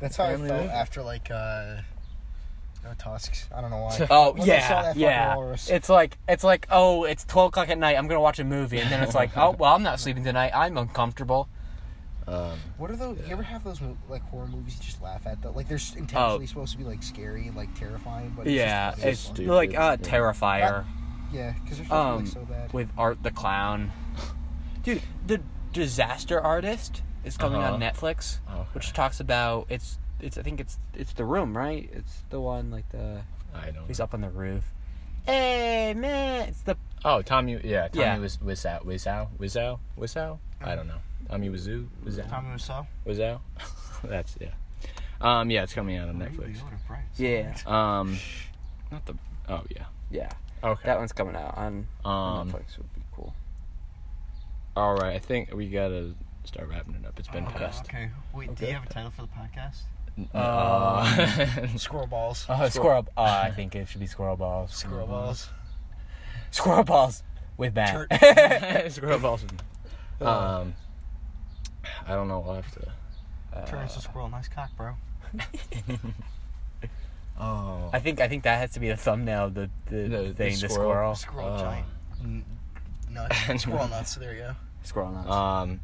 That's how I Family felt movie. after like uh, no tusks. I don't know why. Oh When I saw yeah, that fucking yeah. walrus. It's like it's like oh, it's twelve o'clock at night. I'm gonna watch a movie, and then it's like oh well, I'm not sleeping tonight. I'm uncomfortable. Um, What are those? You ever have those mo- like horror movies you just laugh at? Though, like they're s- intentionally supposed to be like scary and like terrifying, but it's Oh. Yeah, just, it's just stupid. like uh, Yeah. Terrifier. yeah, because they're supposed um, to be like so bad. with Art the Clown. Dude, the Disaster Artist is coming on Uh-huh. Netflix, Okay. which talks about it's it's I think it's it's the room right? It's the one like the I don't. he's up on the roof. Hey man, it's the Oh, Tommy. Yeah, Tommy Yeah. was Wizow, Wizow, Wizow, Wizow. I don't know. Tommy Wizoo, Wizow, Tommy Wiseau. Wizow. That's yeah. Um, yeah, it's coming out on Netflix. yeah Um, not the. Oh yeah. yeah Okay. that one's coming out on, on um. Netflix would be cool. All right. I think we gotta start wrapping it up. It's been past. Okay. Wait, do you Okay. have a title for the podcast? Uh, Squirrel balls. Uh, squirrel. Uh, I think it should be squirrel balls. Squirrel balls. Squirrel balls with Matt. Squirrel balls. uh, Um, I don't know. We'll have to. Turns to squirrel. Nice cock, bro. Oh. I think I think that has to be the thumbnail. of The the, The- the thing. The squirrel. squirrel. Squirrel Oh. giant. Mm. N- nuts. squirrel nuts. There you go. Squirrel nuts. Um.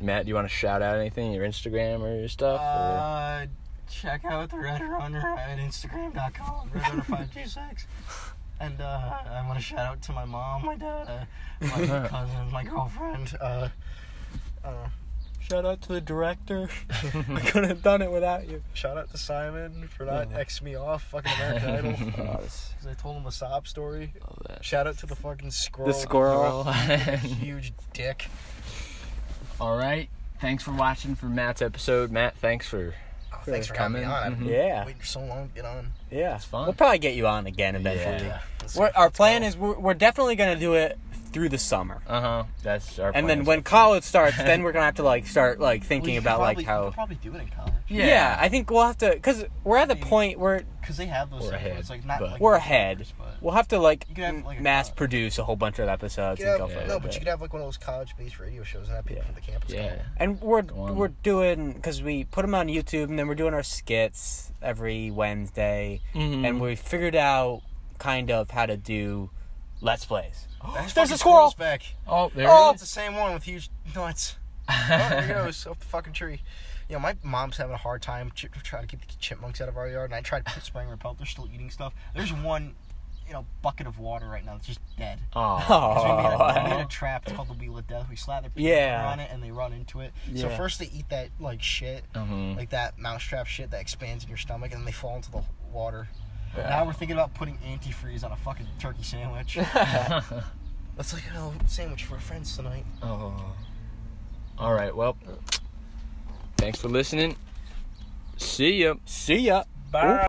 Matt, do you want to shout out anything? Your Instagram or your stuff? or- Uh, check out the Red Runner at Instagram.com, Red Runner 526. And uh, I want to shout out to my mom, my dad, uh, my cousin, my girlfriend. Uh, uh, Shout out to the director. I couldn't have done it without you. shout out to Simon for not Yeah. X me off, fucking American Idol. the Because I told him a sob story. All that. Shout out to the fucking squirrel. squirrel. Uh, Huge dick. All right. Thanks for watching for Matt's episode. Matt, thanks for Oh, thanks for Coming. coming on. I've been Yeah, waiting for so long to get on. yeah. fun. We'll probably get you on again eventually. Yeah. Let's- We're, uh, our let's plan go. is we're, we're definitely gonna do it through the summer. Uh huh. That's our. plan. And then when college starts, then we're gonna have to like start like We thinking should about probably- like we how. could probably do it in college Yeah. I think we'll have to because we're at the Maybe. point where because they have those. We're things where ahead, it's like not but- like we're the ahead. papers, but- We'll have to like, You could have, like, a- mass produce a whole bunch of episodes You and could go have, yeah. for a no, little but bit. you could have like one of those college-based radio shows and have people Yeah. from the campus. come Yeah. on. and we're on. we're doing because we put them on YouTube and then we're doing our skits every Wednesday Mhm. and we figured out kind of how to do let's plays. That's There's a fucking squirrel! squirrel's back. Oh, there Oh, oh, it's the same one with huge nuts. Oh, here goes up the fucking tree. You know, my mom's having a hard time ch- trying to keep the chipmunks out of our yard, and I tried to put spraying repellent. They're still eating stuff. There's one, you know, bucket of water right now that's just dead. Oh. So we, made Oh, a, we made a trap. It's called the Wheel of Death. We slather peanut Yeah. on it and they run into it. So Yeah. first they eat that like shit, Mhm. like that mousetrap shit that expands in your stomach, and then they fall into the water. Now we're thinking about putting antifreeze on a fucking turkey sandwich. That's like a sandwich for our friends tonight. Oh. All right. Well, thanks for listening. See ya. See ya. Bye.